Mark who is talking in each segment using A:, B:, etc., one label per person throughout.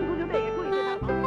A: 足球队也注意对他。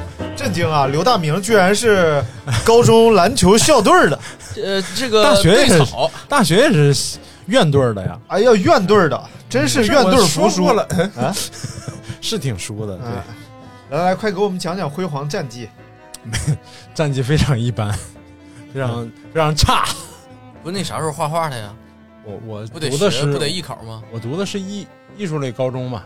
B: 震惊啊！刘大明居然是高中篮球校队儿的，
C: 呃，这个
D: 大学也
C: 对
D: 是
C: 草，
D: 大学也是院队儿的呀，
B: 哎呀，院队儿的，真是院队儿服
D: 是我说
B: 输
D: 过了
B: 啊！
D: 是挺输的，
B: 啊
D: 对，
B: 来来，快给我们讲讲辉煌战绩。
D: 战绩非常一般，非常非常差。
C: 不是那啥时候画画的呀？
D: 我我
C: 不得
D: 读的
C: 学，不得
D: 是
C: 艺考吗？
D: 我读的是艺艺术类高中嘛，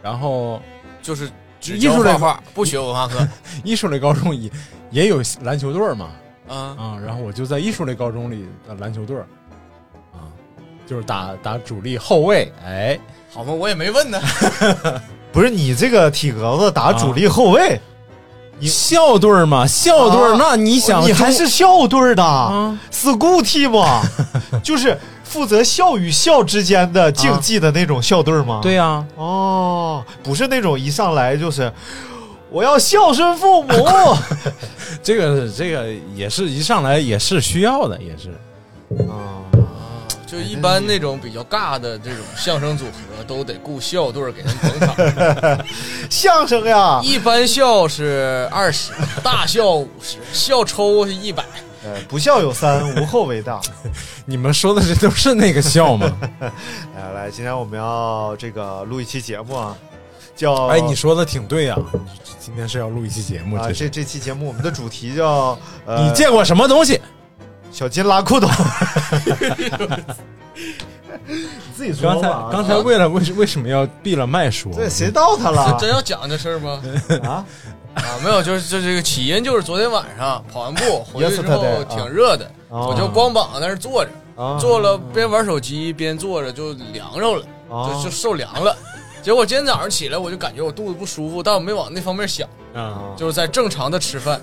D: 然后
C: 就是只
D: 艺
C: 教
D: 术类
C: 画画，不学文化课
D: 艺术类高中也也有篮球队儿嘛，
C: 啊。
D: 啊，然后我就在艺术类高中里的篮球队儿，啊，就是打打主力后卫，哎，
C: 好吗？我也没 问呢。
B: 不是你这个体格子打主力 后卫，你
D: 校队儿嘛，校队儿，
B: 啊
D: 那你想
B: 你还
D: 中
B: 是校队儿的、
D: 啊
B: s c h o o l team，就是负责校与校之间的竞技的那种校队儿吗？
D: 对呀、
B: 哦，不是那种一上来就是我要孝顺父母，
D: 这个这个也是一上来也是需要的，也是
B: 啊
C: 就一般那种比较尬的这种相声组合，都得雇校队儿给他们捧场。
B: 相声呀，
C: 一般校是二十，大校五十，校抽是一百。
B: 呃不孝有三，无后为大。
D: 你们说的这都是那个笑吗？
B: 来哎来，今天我们要这个录一期节目啊，叫
D: 哎，你说的挺对呀、今天是要录一期节目，
B: 啊，
D: 这
B: 这
D: 是、
B: 这期节目我们的主题叫 呃，
D: 你见过什么东西？
B: 小金拉裤裆， 你自己说
D: 刚才
B: 吧
D: 刚才为了为什为什么要闭了麦说？
B: 对谁到他了
C: 真要讲这事儿吗？
B: 啊？
D: 哎
C: 啊，没有，就是就这个起因就是昨天晚上跑完步回去之
B: Yesterday，
C: 后
B: 啊
C: 挺热的，
B: 哦
C: 我就光膀子在那儿坐着，
D: 哦
B: 啊
C: 坐了边玩手机边坐着就凉着了，
B: 哦
D: 啊
C: 就就受凉了。结果今天早上起来我就感觉我肚子不舒服，但我没往那方面想，
D: 啊，
C: 就是在正常的吃饭，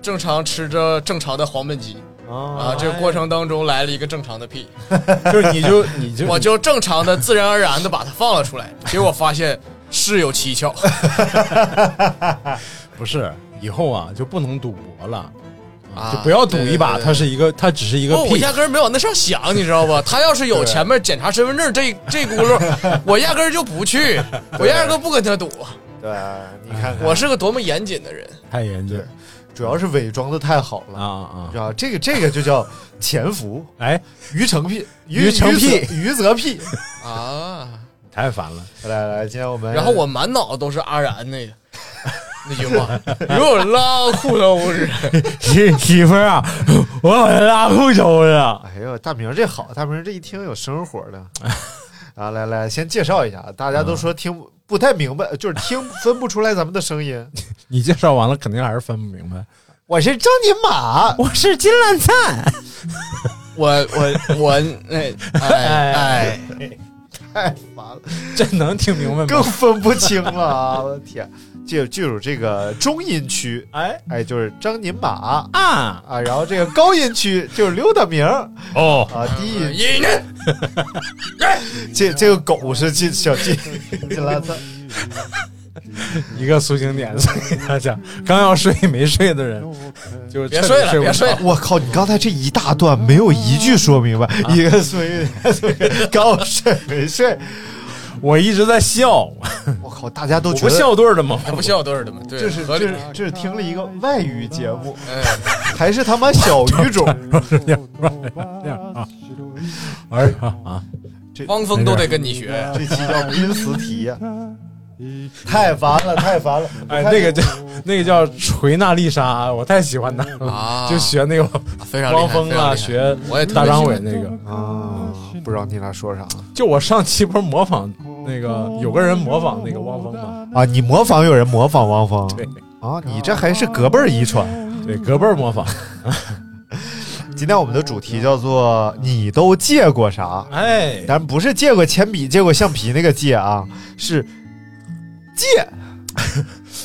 C: 正常吃着正常的黄焖鸡啊，
B: 啊
C: 这个过程当中来了一个正常的屁，
D: 哎 就是 你就你就
C: 我就正常的自然而然的把它放了出来，结果发现事有蹊 跷。
D: 不是以后啊就不能赌博了。
C: 啊
D: 就不要赌一把，
C: 对对对
D: 它是一个，它只是一个
C: 不，我
D: 屁。
C: 压根儿没往那上想，你知道吧？他要是有前面检查身份证这这轱辘，我压根儿就不去，我压根儿不跟他赌。
B: 对，你看看，
C: 我是个多么严谨的人，
D: 太严谨了
B: 主要是伪装的太好
D: 啊
B: 了，
D: 啊
B: 知！道吧这个这个就叫潜伏，
D: 哎，
B: 余承屁，
D: 余承屁
B: 余则屁。
C: 啊！
D: 太烦了，
B: 来来，今天我们
C: 然后我满脑子都是阿然那个 那句话，给我拉裤兜子。
D: 媳媳妇儿啊， 我好像拉裤兜了。
B: 哎呦，大明这好，大明这一听有生活的 啊！来来，先介绍一下，大家都说听不太明白，就是听分不出来咱们的声音。
D: 你介绍完了，肯定还是分不明白。
B: 我是张金马，
D: 我是金兰灿，
C: 我我我那哎哎，
B: 太烦哎了，
D: 这能听明白
B: 更
D: 吗？
B: 分不清了 啊！我的天，就就有这个中音区，
D: 哎
B: 哎，就是张金马
D: 啊
B: 啊，然后这个高音区就是溜达明儿
D: 哦，
B: 啊，低音
C: 一人
B: 这这个狗是金小 金金拉灿。
D: 一个苏醒点，所以他讲刚要睡没睡的 人，就是
C: 别
D: 彻
C: 睡了，
D: 底睡不
C: 别
D: 着
C: 睡了。
B: 我靠！你刚才这一大段没有一句说明白，一个睡，刚睡没睡。
D: 我一直在笑，
B: 我靠！大家都
D: 我
B: 觉
D: 不
B: 得
D: 笑对儿的 吗？
C: 他不笑对儿的嘛，对，
B: 这是
C: 合
B: 这
C: 理
B: 是。这是听了一个外语节目，
C: 哎，
B: 还是他妈小语 种？
D: 这样啊，玩儿啊啊，
C: 汪峰都得跟你学。
B: 这期叫濒死体验。太烦了，太烦了。
D: 哎，
B: 我看
D: 那个叫那个叫锤娜丽莎，我太喜欢她了，
C: 啊
D: 就学那个
B: 哎
C: 非常厉害
D: 汪峰
C: 非常厉
D: 啊，
C: 害
D: 学
C: 我也特别
D: 大张
C: 喜
D: 伟
C: 欢
D: 那个。
B: 啊，不知道你俩说啥
D: 就我上期不是模仿那个有个人模仿那个汪峰吗？
B: 啊？你模仿有人模仿汪峰
D: 对
B: 啊？你这还是隔辈儿遗传。
D: 对，隔辈儿模仿。
B: 今天我们的主题叫做“你都借过啥
D: 哎”，，
B: 咱不是借过铅笔、借过橡皮那个借啊，是借，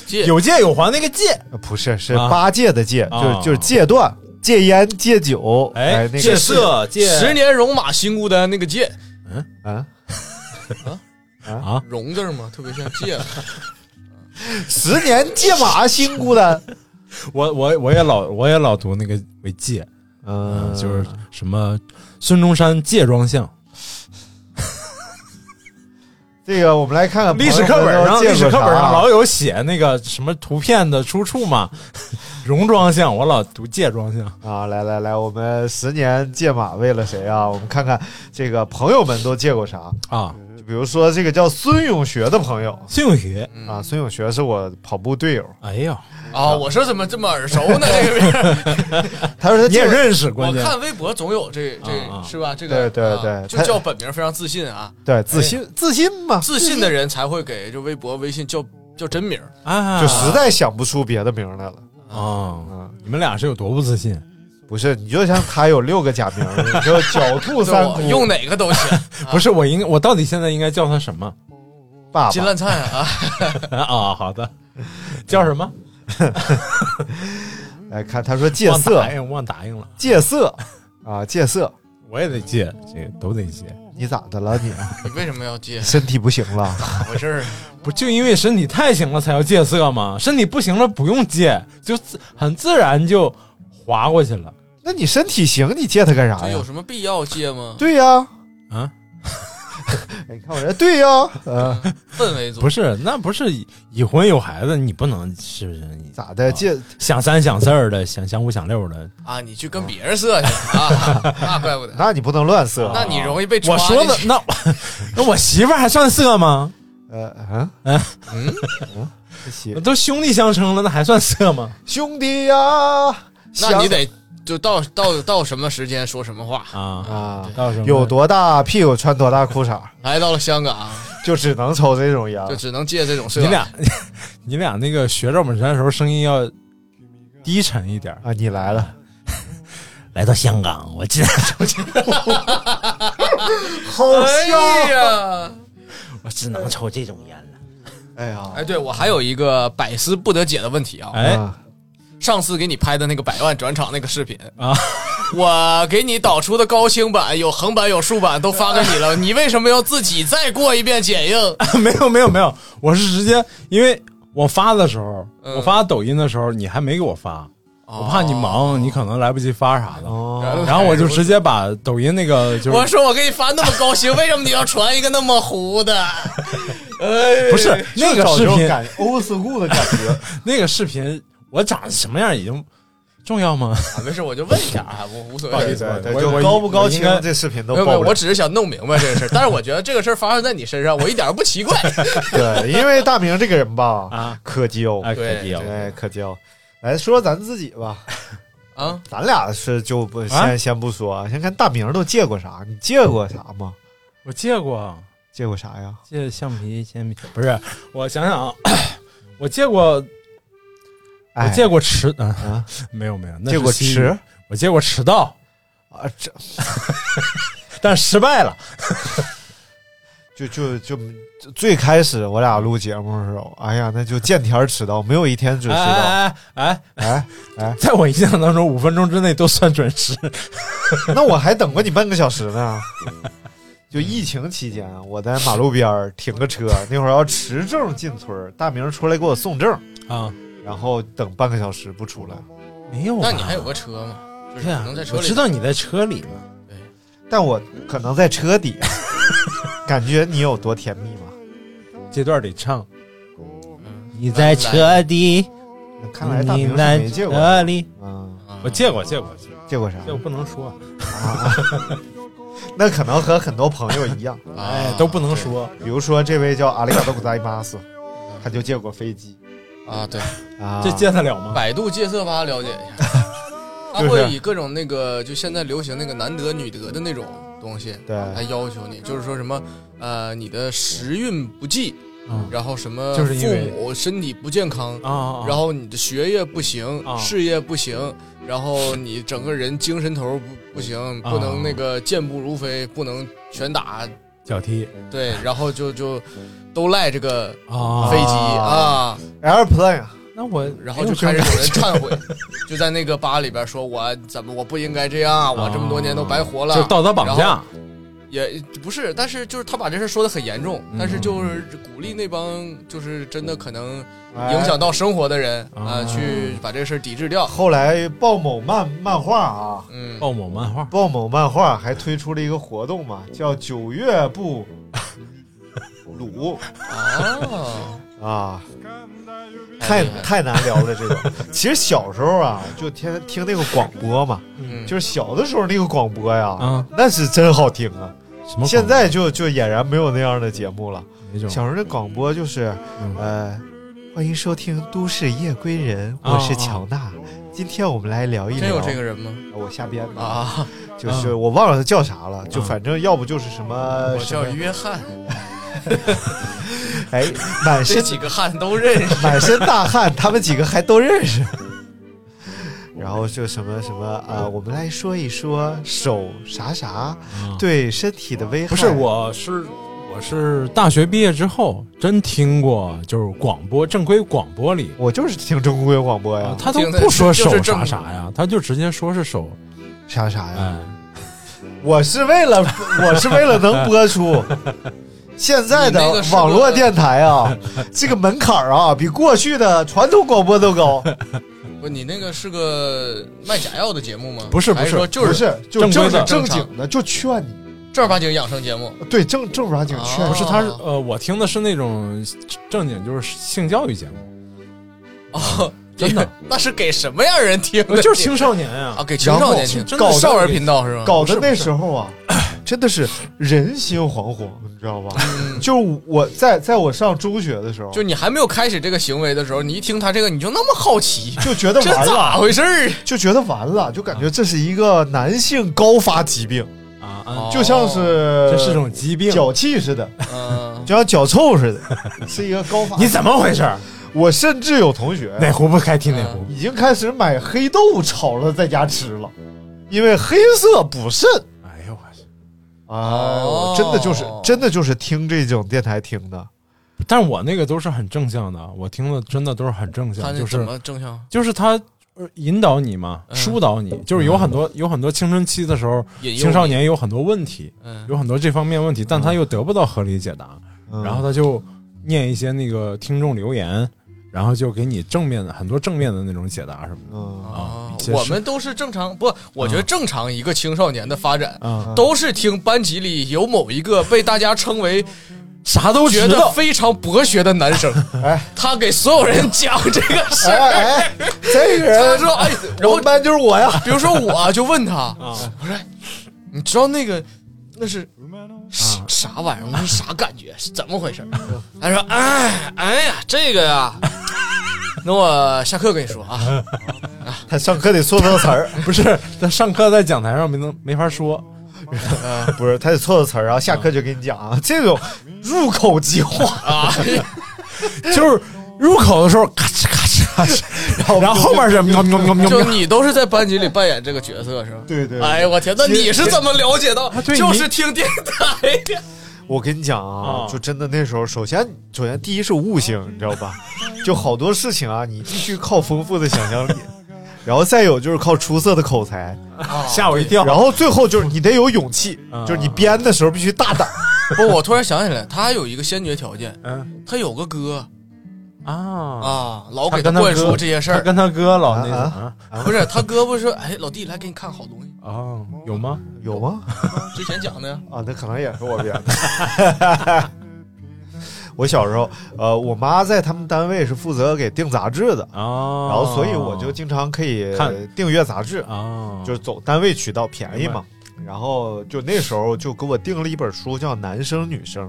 C: 借
D: 有借有还那个借，
B: 呃不是是
D: 啊
B: 八戒的戒，
D: 啊
B: 就是就是戒断、戒烟、戒酒，哎，
D: 哎，
B: 那个
D: 借色借
C: 十年戎马心孤单那个借，
B: 啊，
C: 戎字儿嘛，特别像借。
B: 十年戒马心孤 单，
D: 我我我也老我也老读那个为借，嗯，
B: 嗯，
D: 就是什么孙中山借庄像，
B: 这个，我们来看看
D: 历史课本
B: 朋友
D: 上历
B: 们都借
D: 史
B: 过
D: 课
B: 啥啊
D: 本上老有写那个什么图片的出处嘛， 戎装像，我老读借庄像，
B: 啊，来来来，我们十年戒马为了谁啊？我们看看这个朋友们都借过啥，
D: 啊，
B: 就比如说这个叫孙永学的朋友
D: 姓许，
B: 啊，孙永学是我跑步队友，
D: 嗯哎呀，
C: 啊，我说怎么这么耳熟呢？这个名儿，
B: 他说他
D: 你也
B: 借
D: 认识，
C: 我
D: 关键
C: 看微博总有这
D: 啊啊
C: 这是吧？这
B: 对
C: 个
B: 对
C: 啊
B: 对
C: 就
B: 他
C: 叫本名非常自信啊，
B: 对自信
D: 哎
B: 自信嘛，
C: 自信的人才会给就微博、微信叫叫真名儿。
D: 啊，
B: 就实在想不出别的名来了。
D: 啊，你们俩是有多不自信？
B: 不是，你就像他有六个假名， 你就狡兔
C: 对
B: 三
C: 我
B: 窟，
C: 用哪个都 行，
D: 不是我应该，我到底现在应该叫他什么
B: 爸
C: 金
B: 爸
C: 烂菜啊，
D: 啊？好的，叫什么？
B: 来哎看，他说戒
D: 忘
B: 色
D: 答，应，忘答应了，
B: 戒色啊，戒色，
D: 我也得借，这个都得借，
B: 你咋的了你？
C: 你为什么要借？
B: 身体不行了？
C: 咋回事儿？啊
D: 不就因为身体太行了才要戒色吗？身体不行了不用戒，就自很自然就划过去了
B: 那你身体行，你戒它干啥
D: 哎
C: 这
B: 呀
C: 有？什么必要借吗？
B: 对呀、
D: 啊。
B: 哎你看我这对呀、
C: 啊
B: 呃，
C: 氛围组
D: 不是，那不是已已婚有孩子，你不能是不是？你哦
B: 咋的？戒
D: 想三想四儿的，想想五想六的，
C: 啊，你去跟别人色去啊， 那怪不 得。
B: 那你不能乱色。
C: 那你容易被抓
D: 我说的
C: 进去
D: 那 那我媳妇儿还算色吗？
B: 呃啊
D: 嗯
B: 嗯行，
D: 都兄弟相称了，那还算色吗？
B: 兄弟呀、
C: 那你
B: 想
C: 得就到到到什么时间说什么话。
D: 啊，
B: 啊，
D: 到时候
B: 有多大屁股穿多大裤衩，
C: 来到了香港，啊
B: 就只能抽这种烟
C: 就。只能借这种色。
D: 啊你俩 你俩那个学赵本山的时候声音要低沉一点儿。
B: 啊，你来了，
D: 来到香港，我进来就进，
B: 好
C: 哎
D: 啊
C: 呀，
D: 我只能抽这种烟了。
B: 哎呀，
C: 哎，对我还有一个百思不得解的问题啊。
D: 哎
B: 啊
C: 上次给你拍的那个百万转场那个视频
D: 啊，
C: 我给你导出的高清版有横版有竖版都发给你 了，你为什么要自己再过一遍剪映？
D: 没有没有没有，我是直接，因为我发的时候，
C: 嗯哦
D: 我发抖音的时候，你还没给我发，我怕你忙，你可能来不及发啥的。
B: 哦
D: 然后我就直接把抖音那个就
C: 我
D: 是
C: 说我给你发那么高清，为什么你要传一个那么糊 的？哎，
D: 不是那个视频，
B: ，old school 的感 觉。
D: 那个视频我长得什么样已经重要吗？
C: 没事，我就问一下啊，我无所
D: 不好
C: 谓
D: 意
B: 对
D: 思。
B: 对对，
D: 我
B: 就
D: 我
B: 高不高清
D: 我应该
B: 这视频都
C: 没有没
B: 爆
C: 有，
B: 不
C: 我
B: 了。
C: 只是想弄明白这个事儿，但是我觉得这个事儿发生在你身上，我一点儿不奇怪。
B: 对，因为大明这个人吧，
D: 啊，
B: 可交，
D: 哎，
C: 对
D: 可以啊
B: 对，可交。来说咱自己吧，
C: 啊，
B: 咱俩是就不
D: 啊
B: 先先不说啊，先看大明都借过啥？你借过啥吗？
D: 我借过
B: 借过啥呀？
D: 借橡皮铅笔，不是我想想啊，我借过我
B: 哎，
D: 借过迟啊
B: 啊，
D: 没有没有，那
B: 借
D: 是
B: 过
D: 西语
B: 迟，
D: 我借过迟到，
B: 啊，这
D: 但失败了。
B: 就就就就最开始我俩录节目的时候，哎呀，那就见天儿迟到，没有一天准时到。
D: 哎哎哎
B: 哎，
D: 哎，在我印象当中，五分钟之内都算准时。
B: 那我还等过你半个小时呢。
D: 嗯
B: 就疫情期间，啊我在马路边儿停个车，那会儿要持证进村儿，大明出来给我送证，
D: 啊，
B: 然后等半个小时不出来。
D: 没有吧？
C: 那你还有个车吗？就是
D: 对啊
C: 能在，车
D: 我
C: 里
D: 知道你在车里嘛。
B: 但我可能在车底， 感觉你有多甜蜜吗？
D: 这段得唱。
C: 嗯
D: 你在车底，
B: 那看来大
D: 你
B: 明是
D: 在
B: 没借过的，
D: 车里。
B: 嗯，
C: 啊
D: 我借过，借过，借过
B: 借过啥？
D: 这我不能说，
B: 啊那可能和很多朋友一样，
C: 啊
D: 哎都不能说。
B: 比如说这位叫阿里嘎多古扎伊巴斯，他就借过飞机
C: 啊，对，
B: 啊
D: 嗯这见得了吗？
C: 百度戒色吧了 解一下，他会以各种那个就现在流行那个男德女德的那种东西，
B: 对
C: 来要求你，就是说什么呃你的时运不济，
D: 嗯
C: 然后什么
D: 就是因
C: 父
D: 为
C: 母身体不健康，
D: 啊啊，
C: 然后你的学业不行，
D: 啊
C: 事业不行，然后你整个人精神头不不行，
D: 啊
C: 不能那个健步如飞，不能拳打，
D: 脚踢
C: 对，然后就就都赖这个
D: 啊
C: 飞机啊，
B: airplane
D: 那我哎
C: 然后就开始有人忏悔， 就在那个吧里边说我怎么我不应该这样，我这么多年都白活了，
D: 哦就道德绑
C: 然后
D: 架，
C: 也不是，但是就是他把这事说的很严重，但是就是鼓励那帮就是真的可能
B: 哎
C: 影响到生活的人啊，
D: 啊
C: 去把这事儿抵制掉，
B: 后来鲍某漫漫画啊，
C: 嗯。
D: 爆某哦漫画
B: 鲍某漫画还推出了一个活动嘛，叫九月不 鲁
C: 哦，
B: 啊，太
C: 太厉害了
B: 太难聊了这 个。其实小时候啊，就天听那个广播嘛，
C: 嗯，
B: 就是小的时候那个广播呀，
D: 啊，
B: 那是真好听啊。
D: 什么
B: 现在就就俨然没有那样的节目了。
D: 那种
B: 小时候的广播就是，
C: 嗯
B: 呃，欢迎收听《都市夜归人》，
D: 啊
B: 我是乔娜。今天我们来聊一
C: 真有
B: 聊
C: 这个人吗？
B: 我瞎编的，
C: 啊，
B: 就是我忘了他叫啥了，就反正要不就是什么
C: 嗯我
B: 呃什
C: 叫
B: 么，
C: 约翰，
B: 哎，满
C: 这
B: 身
C: 几个汉都认识。
B: 满身大汗，他们几个还都认识。 然后就什么什么啊、呃我们来说一说手啥啥
C: 嗯
B: 对身体的危害。
D: 啊不是，我是我是大学毕业之后真听过，就是广播正规广播里，
B: 我就是听中国广播呀，
D: 啊他都
C: 啊听的
D: 不说
C: 就是
D: 手
C: 正
D: 啥啥呀，他就直接说是手，
C: 嗯
B: 啥啥呀。
D: 哎，
B: 我是为了，我是为了能播 出。现在的
C: 你那个是个
B: 网络电台啊，这个门槛儿啊，比过去的传统广播都高。
C: 不，你那个是个卖假药的节目吗？
D: 不是
C: 还
D: 不是
C: 说就
B: 不
C: 是
B: 是，就
D: 正规
B: 正
D: 的
B: 正经的，就劝你，
C: 正儿八经养生节目，
B: 对正正儿八经劝
C: 啊
B: 你。
D: 不是他是呃，我听的是那种正经就是性教育节目，
C: 哦，
D: 嗯真的，呃
C: 那是给什么样人听的？
D: 就是青少年呀
C: 啊，，给青少年听，
D: 然后
C: 的
D: 搞得
C: 少儿频道是吗？
B: 搞得那时候啊，真的是人心惶惶，你知道吧？
D: 嗯
B: 就是我在在我上中学的时候，
C: 就
B: 就
C: 你还没有开始这个行为的时候，你一听他这个，你就那么好奇，
B: 就觉得
C: 这
B: 完
C: 咋
B: 了，
C: 回事儿？
B: 就觉得完了，就
D: 嗯
B: 感觉这是一个男性高发疾病，
D: 啊
C: 哦
D: 啊，
B: 就像是
D: 这是种疾
C: 呃
D: 病，
B: 脚气似的。
C: 嗯，
B: 就像脚臭似 的，是一个高发。
D: 你怎么回事？
B: 我甚至有同学
D: 哪壶不开提哪壶
B: 已经开始买黑豆炒了在家吃了，因为黑色补肾。
C: 嗯
D: 哎呦我去！
B: 哎呦，真的就是真的就是听这种电台听的，
D: 但是我那个都是很正向的，我听的真的都是很正
C: 他
D: 向，
C: 那
D: 就
C: 怎
D: 是
C: 么正向？
D: 就是他呃引导你嘛，
C: 嗯
D: 疏导你，就是有很多有很多青春期的时候，
C: 引诱
D: 青少
C: 你，啊
D: 年有很多问题，
C: 嗯，
D: 有很多这方面问题，但他又得不到合理解答，
B: 嗯
D: 然后他就念一些那个听众留言，然后就给你正面的很多正面的那种解答什么的。
B: 嗯
C: 啊
D: 解释
C: 我们都是正常，不，我觉得正常一个青少年的发展，
D: 啊
C: 都是听班级里有某一个被大家称为
D: 啥都
C: 觉
D: 知
C: 得
D: 道，
C: 非常博学的男 生，
B: 哎
C: 他给所有人讲这个事
B: 哎
C: 儿，
B: 哎哎，这个
C: 他
B: 人，
C: 说，哎，然
B: 我
C: 后
B: 们班就是我呀，
C: 比如说我啊就问他，
D: 啊
C: 我说，哎你知道那个那是
D: 啊
C: 啥啥玩意儿吗？是啥感觉？是怎么回事？他说，哎哎呀，这个呀，那我下课跟你说 啊，
B: 他上课得错错词儿，
D: 不是他上课在讲台上没能没法说，
B: 嗯不是他得错错词儿，然后下课就给你讲啊，这种入口即化，
C: 啊，
D: 就是入口的时候咔哧咔哧咔哧，然后后面是喵喵喵喵
C: 就
D: 喵，
C: 你都是在班级里扮演这个角色是吧？
B: 对对对
C: 哎呀，我天，那你是怎么了解到？
D: 对
C: 就是听电台呀。
B: 我跟你讲啊，
D: 啊
B: 就真的那时候，首先首先第一是悟性，你知道吧？
D: 嗯
B: 就好多事情啊，你必须靠丰富的想象力，然后再有就是靠出色的口才，
D: 啊吓我一跳。嗯
B: 然后最后就是你得有勇气，就是你编的时候必须大胆。
C: 不，我突然想起来，他还有一个先决条件，
D: 嗯
C: 他有个哥
D: 啊，
C: 啊，老给
D: 跟
C: 灌输
D: 哥
C: 这些事
D: 他
C: 儿。
D: 跟他哥老那
B: 啊
D: 啥
C: 不是，他哥不是说，哎，老弟，来给你看好东西，
D: 啊，有吗？
B: 有吗？
C: 之前讲的呀。
B: 啊，那可能也是我编的。 我小时候，呃，我妈在他们单位是负责给订杂志的，
D: 啊，
B: 然后所以我就经常可以
D: 看
B: 订阅杂志。
D: 啊，
B: 就是走单位渠道便宜嘛。然后就那时候就给我订了一本书，叫《男生女生》，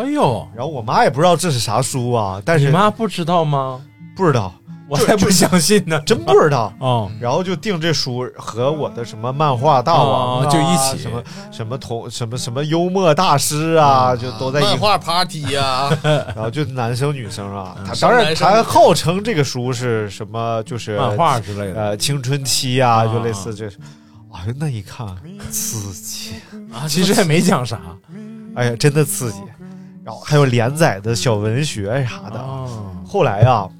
D: 哎呦，
B: 然后我妈也不知道这是啥书啊，但
D: 你
B: 是
D: 妈不知道吗？
B: 不知道，
D: 我才不相信呢，
B: 真不知道。
D: 哦，
B: 然后就定这书和我的什么漫画大王、啊
D: 哦就一起
B: 什么什么同什么什么幽默大师啊，就都在一
C: 漫
B: 块儿。
C: 画 party 呀，
B: 然后就男生女生啊，
D: 嗯
B: 他
C: 上
B: 当然
C: 男上
B: 他
C: 女
B: 号称这个书是什么，就是
D: 漫画之类的。
B: 呃青春期啊，
D: 啊
B: 就类似这。哎呦，那一看刺激，
C: 啊
D: 其实也没讲啥
B: 哎呀，真的刺激。然后还有连载的小文学啥的。
D: 哦，
B: 后来啊，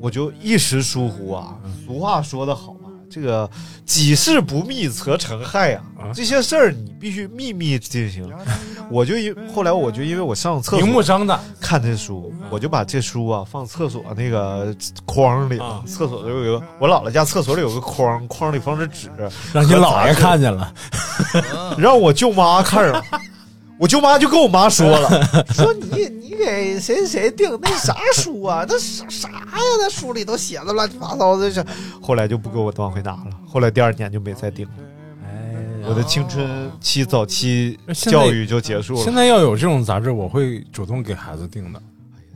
B: 我就一时疏忽啊。俗话说得好啊，这个几事不密则成害啊
D: 啊。
B: 这些事儿你必须秘密进行。我就因后来我就因为我上厕
D: 明目
B: 所
D: 张胆
B: 看这书，我就把这书啊放厕所那个框里
D: 啊，
B: 厕所有有个我姥姥家厕所里有个框，框里放着纸，
D: 让你姥爷看见了，
B: 让我舅妈看上了。我舅妈就跟我妈说了，说你你给谁谁谁订那啥书啊？那啥啥呀？那书里都写的乱七八糟的这。后来就不给我往回拿了，后来第二年就没再订了。
D: 哎
B: 我的青春期早期
D: 呃现在
B: 教育就结束了。
D: 现在要有这种杂志，我会主动给孩子订的。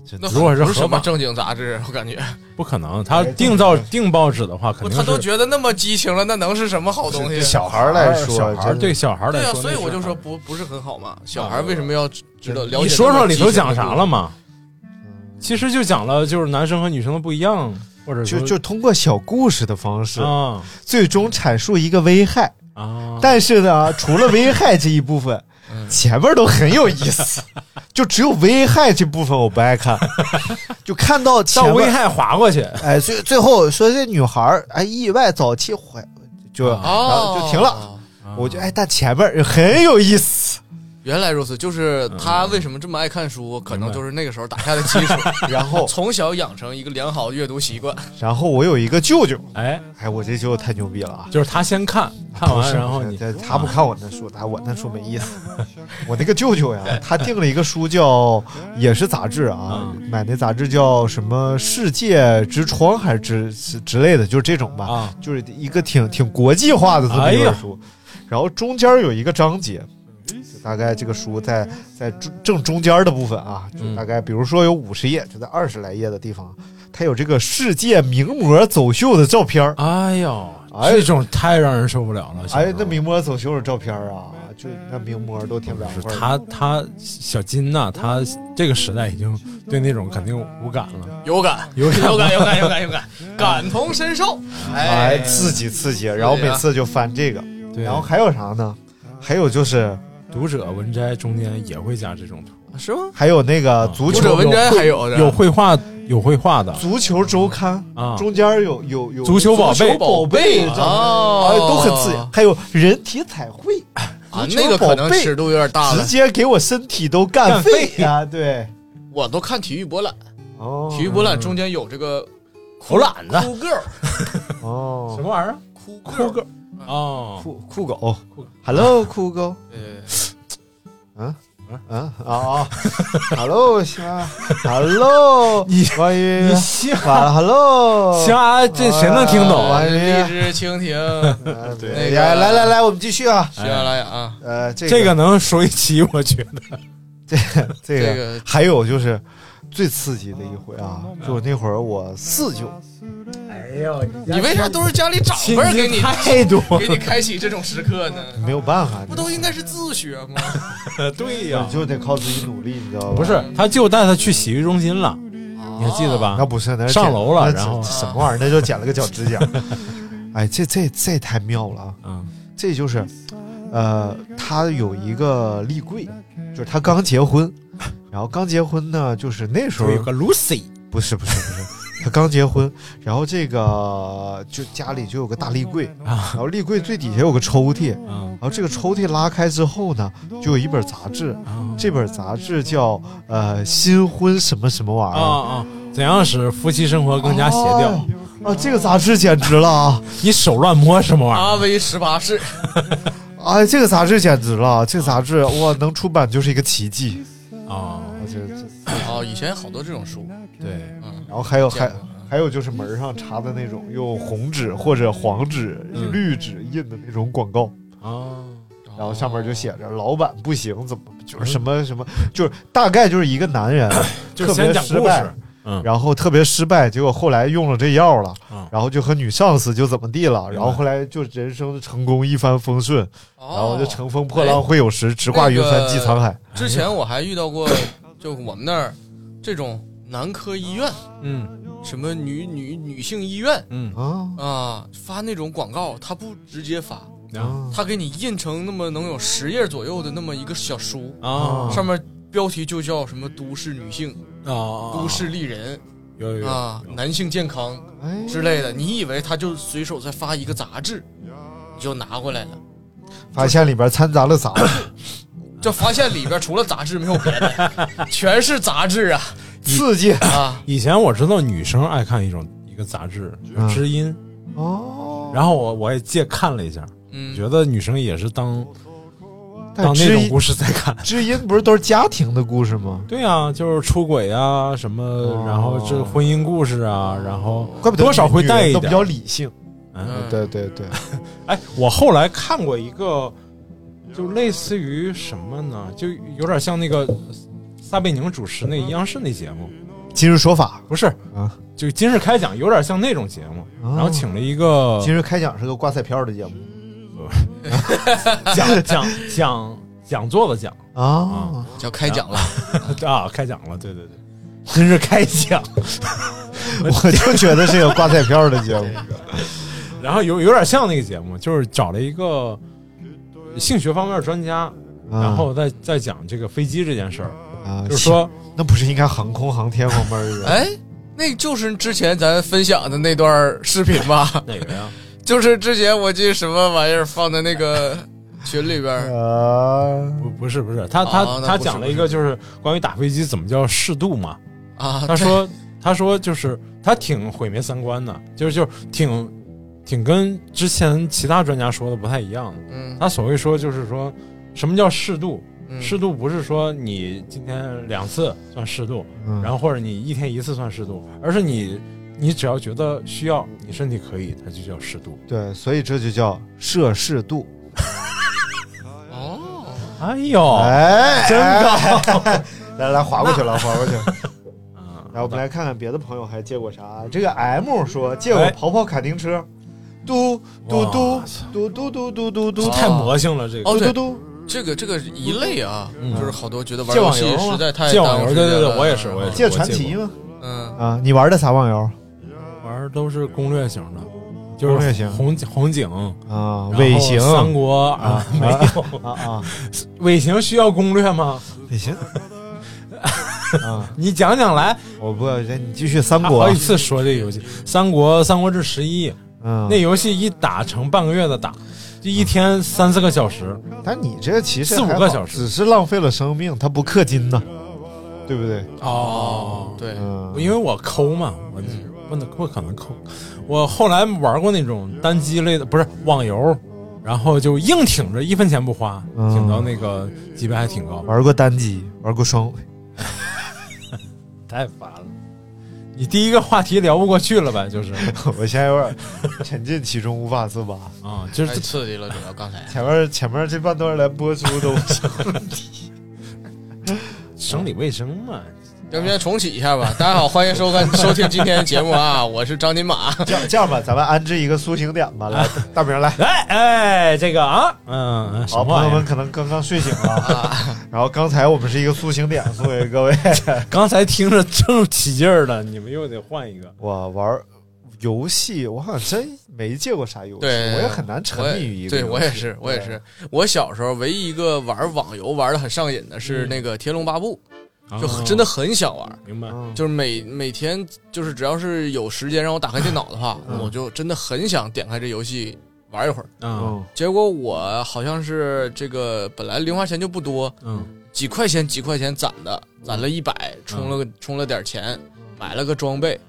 B: 真
C: 那
B: 的
D: 如果是
C: 不是什
D: 合
C: 么
D: 法
C: 正经杂志，我感觉
D: 不可能，他
B: 哎
D: 订造订报纸的话，肯
C: 我
D: 定
C: 他
D: 是
C: 都觉得那么激情了，那能是什么好东西？
B: 哎小孩儿来说，
D: 小孩儿
B: 真的
D: 对小孩儿来
C: 对啊，
D: 说，
C: 所以
D: 那是
C: 我就说不不是很好嘛。小孩为什么要知道了解？
D: 你说说里头讲啥了？吗？其实就讲了，就是男生和女生的不一样，或者
B: 嗯就
D: 说
B: 就通过小故事的方式，
D: 啊
B: 最终阐述一个危害。
D: 啊，嗯
B: 但是呢，除了危害这一部 分，前面都很有意思，就只有危害这部分我不爱 看，就看到前
D: 到
B: 面
D: 危害划过去，
B: 哎，最最后说这女孩儿哎意外早期怀就、
D: 啊
B: 然后
C: 哦，
B: 就停了，。我就哎，但前面很有意思，
C: 原来如此，就是
D: 嗯
C: 他为什么这么爱看书，可能就是那个时候打下的基 础，
B: 然后
C: 从小养成一个良好的阅读习惯。
B: 然后我有一个舅舅，
D: 哎，
B: 哎，我这舅舅太牛逼了啊！
D: 就是他先看看
B: 不
D: 完，
B: 是
D: 然后
B: 不是
D: 你
B: 他他不看我那书，他我那书没意思。我那个舅舅呀，
D: 哎
B: 他订了一个书叫，也是杂志啊，
D: 嗯
B: 买那杂志叫什么《世界之窗》还是之之之类的，就是这种吧，
D: 啊
B: 就是一个挺挺国际化的这么一本书。
D: 哎
B: 然后中间有一个章节，就大概这个书在在正正中间的部分啊，就
D: 嗯
B: 大概比如说有五十页，就在二十来页的地方，它有这个世界名模走秀的照片儿。
D: 哎呦，
B: 哎
D: 这种太让人受不了了。小时
B: 哎
D: 候，
B: 那名模走秀的照片啊，就那名模都挺凉
D: 不是
B: 快儿的。
D: 他他小金呐、他这个时代已经对那种肯定无感了。
C: 有感，
D: 有感
C: 有感，有感，有感，有感，感同身受。
B: 哎，
C: 哎，
B: 刺激刺激，然后每次就翻这个，
D: 对，
B: 然后还有啥呢？还有就是
D: 读者文摘中间也会加这种图，
C: 是吗？
B: 还有那
D: 啊
B: 个足
C: 读者
B: 球
C: 文摘还有
D: 有绘画有绘画的
B: 足球周刊
D: 啊
B: 中间有有有
D: 足球宝贝
B: 宝啊贝这
C: 哦
B: 哎，都很刺激。还有人体彩绘，
C: 啊，
B: 足球
C: 那个可能
B: 宝贝
C: 尺度有点大
B: 直
C: 了。
B: 接给我身体都干废啊！对，
C: 我都看体育博览，
B: 哦，
C: 体育博览中间有这个
D: 投篮的
C: 酷 girl，
D: 什
B: 哦，
D: 么玩意儿？啊
C: 酷
D: 酷
C: girl，
D: 狗哦，
B: 酷酷狗，Hello 酷狗，
C: 呃，
B: 嗯啊啊，Hello 西安，Hello
D: 你
B: 王云
D: 你瞎
B: 晚 Hello
D: 行啊，这谁能听懂啊？
B: 哎
C: 荔
B: 呀
C: 枝蜻蜓，
B: 呃
C: 对
B: 哎
C: 那
B: 呀
C: 个
B: 来来来，我们继续啊，
C: 喜马拉雅啊，
B: 呃，这
D: 这
B: 个
D: 个能说一期，我觉得
B: 这
C: 这
B: 个
C: 个
B: 还有就是最刺激的一回啊，就是那会儿我四舅
D: 哎
B: 哎
C: 你为啥都是家里长辈儿给你
D: 太多
C: 给你开启这种时刻呢？
B: 没有办法，
C: 不都应该是自学 吗？
D: 了。对
B: 你就得靠自己努力，你知道吧？
D: 不
C: 啊
D: 是，他就带他去洗浴中心了，
C: 你
D: 你还记得？吧
B: 哦那？不是，那是
D: 啊上
B: 剪
D: 楼了
B: 那是
D: 然后
B: 什么玩意儿？那就剪了个脚指 甲。哎，这这这太妙了啊！
D: 嗯，
B: 这就是，呃，他有一个立柜，就是他刚结 婚，然后刚结婚呢，就是那时候
D: 有一个 Lucy
B: 不是不是不是，他刚结婚，然后这个就家里就有个大立柜，
D: 啊
B: 然后立柜最底下有个抽屉，然
D: 啊
B: 后这个抽屉拉开之后呢，就有一本杂志，
D: 啊
B: 这本杂志叫呃新婚什么什么玩意
D: 啊
B: 儿。
D: 啊！怎样使夫妻生活更加协调
B: 哦？啊！这个杂志简直了啊！
D: 你手乱摸什么玩意
C: 阿
D: 儿？
C: 威十八世，
B: 哎，这个杂志简直了！这个杂志哇，能出版就是一个奇迹。
D: 啊，
B: 啊这这
C: 哦，以前好多这种书，
D: 对，
C: 嗯，
B: 然后还有还
C: 见过
D: 啊
B: 还有就是门上插的那种用红纸或者黄纸、
D: 嗯
B: 绿纸印的那种广告，
D: 啊，
C: 哦
B: 然后上面就写着老板不行，怎么就是什么什么，就是大概就是一个男人
D: 嗯就是
B: 特
D: 先
B: 别
D: 讲
B: 失
D: 故
B: 败
D: 事，，嗯
B: 然后特别失败，结果后来用了这药了
D: 嗯，
B: 然后就和女上司就怎么地了，
D: 白哦
B: 然后后来就人生成功一帆风顺，
C: 然
B: 然后就乘风破
D: 哎
B: 浪会有时，直挂
C: 那
B: 云
C: 个
B: 帆济沧海。
C: 哦之前我还遇到过，就我们那儿这种男科医院，
D: 嗯
C: 什么女女女性医院
D: 嗯，
B: 啊
C: 啊，发那种广告，他不直接发，
D: 然后
C: 他给你印成那么能有十页左右的那么一个小书，
D: 啊
C: 上面标题就叫什么都市女性、
D: 啊，
C: 都市丽人
D: 有有有
C: 啊、男性健康
B: 哎，
C: 之类的。你以为他就随手再发一个杂志，你就拿过来了，
B: 发现里边掺杂了 啥？
C: 就发现里边除了杂志没有别的， 全是杂志啊
B: 刺激
C: 啊！
D: 以前我知道女生爱看一种一个杂志叫《
B: 嗯
D: 知音》，
B: 哦，
D: 然后我我也借看了一下，
C: 嗯，
D: 觉得女生也是当
B: 但
D: 当
B: 知
D: 那种
B: 音
D: 故事在看。
B: 知音不是都是家庭的故事吗？
D: 对啊，就是出轨啊，什么，然后这婚姻故事啊，然后
B: 哦怪不得
D: 多少会带
B: 女人
D: 一
B: 都比较
D: 点。
B: 理性。
C: 嗯
B: 对对对，
D: 哎，我后来看过一个，就类似于什么呢？就有点像那个撒贝宁主持那央视那节目，
B: 今日说法
D: 不是
B: 啊，
D: 就今日开讲，有点像那种节目。
B: 哦
D: 然后请了一个
B: 今日开讲是个挂彩票的节目
D: 讲讲 讲讲座的讲
B: 啊，
C: 叫开讲了，
D: 啊，开讲了，对对对，今日开讲。
B: 我就觉得是个挂彩票的节 目。
D: 然后有有点像那个节目，就是找了一个性学方面的专家，
B: 啊
D: 然后再再讲这个飞机这件事儿，
B: 啊，
D: 就是说
B: 那不是应该航空航天方面 的人？
C: 哎。那就是之前咱分享的那段视频吧，
D: 哪个呀？
C: 就是之前我记什么玩意儿放在那个群里边儿，
B: 啊，
D: 不不是不是，他
C: 哦
D: 他、
C: 那不是
D: 他讲了一个就是关于打飞机怎么叫适度嘛，
C: 啊，
D: 他说 他说就是他挺毁灭三观的，就是就是挺挺跟之前其他专家说的不太一样的。
C: 嗯，
D: 他所谓说就是说什么叫适度，
C: 嗯
D: 适度不是说你今天两次算适度，
B: 嗯
D: 然后或者你一天一次算适度，而是你你只要觉得需要，你身体可以，它就叫适度。
B: 对，所以这就叫摄氏度。
C: 哦，
D: 哎呦，
B: 哎，
D: 真高！
C: 哎
B: 来来，划过去了，划过去。来，我们来看看别的朋友还借过啥。这个 M 说借我
D: 哎
B: 跑跑卡丁车，嘟嘟嘟
D: 哇塞
B: 嘟嘟嘟嘟嘟嘟
D: 这 太魔性了，这个
C: 哦
B: 嘟
C: 对
B: 嘟嘟。
C: 这个这个一类啊，
D: 嗯
C: 就是好多觉得玩
D: 借
C: 游
D: 网
C: 戏
D: 游嘛
C: 实在太
D: 借网
C: 耽误
D: 游，
C: 时
D: 对对
C: 间
D: 对，
C: 了
D: 我也是，我也是
B: 借传奇
D: 我
B: 吗？
C: 嗯，
B: 啊，你玩的啥网游
D: 过玩儿都是攻略型的，就
B: 攻略
D: 是
B: 型
D: 红红警、
B: 啊？
D: 然后
B: 尾行
D: 三国啊
B: 啊，
D: 没有
B: 啊啊，
D: 尾行需要攻略吗？
B: 尾行 啊！
D: 你讲讲来，
B: 我不，哎你继续三
D: 他
B: 国啊
D: 好几。次说这个游戏，《三国》《三国志十一》
B: 嗯，
D: 那游戏一打成半个月的打，就一天三四个小时。
B: 但你这其实
D: 四五
B: 还好
D: 个小时
B: 只是浪费了生命，它不氪金呢，对不对？
D: 哦，
C: 对，
B: 嗯，
D: 因为我抠嘛，我不能不可能抠。我后来玩过那种单机类的，不是网游，然后就硬挺着，一分钱不花，
B: 嗯
D: 挺到那个级别还挺高。
B: 玩过单机，玩过双轨，
D: 太烦了，你第一个话题聊不过去了呗， 就是
B: 我现在有点沉浸其中无法自拔。
D: 啊，就
C: 太
D: 是
C: 刺激了，主要刚才
B: 前面前面这半段来播出都不行，
D: 生理卫生嘛。
C: 要不先重启一下吧。大家好，欢迎收看收听今天的节目 啊，我是张金马，
B: 这样这样吧，咱们安置一个苏醒点吧。来，大明来。
D: 哎哎，这个啊，嗯，什
B: 好，
D: 么
B: 朋
D: 玩
B: 友
D: 意
B: 们
D: 儿？
B: 可能刚刚睡醒了，然后刚才我们是一个苏醒点送给各位。
D: 刚才听着正起劲儿了，你们又得换一个。
B: 我玩游戏，我好像真没借过啥游戏，
C: 对
B: 我也很难沉
C: 我
B: 迷于一
C: 也
B: 个。
C: 对我也是，我也。是，我小时候唯一一个玩网游玩的很上瘾的
D: 嗯
C: 是那个《天龙八部》，
D: 哦
C: 就真的很想玩。
D: 啊明白，
B: 嗯
C: 就是每每天就是只要是有时间让我打开电脑的话，
B: 嗯
C: 我就真的很想点开这游戏玩一会儿。
D: 嗯
B: 嗯
C: 结果我好像是这个本来零花钱就不多，
D: 嗯
C: 几块钱几块钱攒的，攒了一百，充了个充了点钱，买了个装备，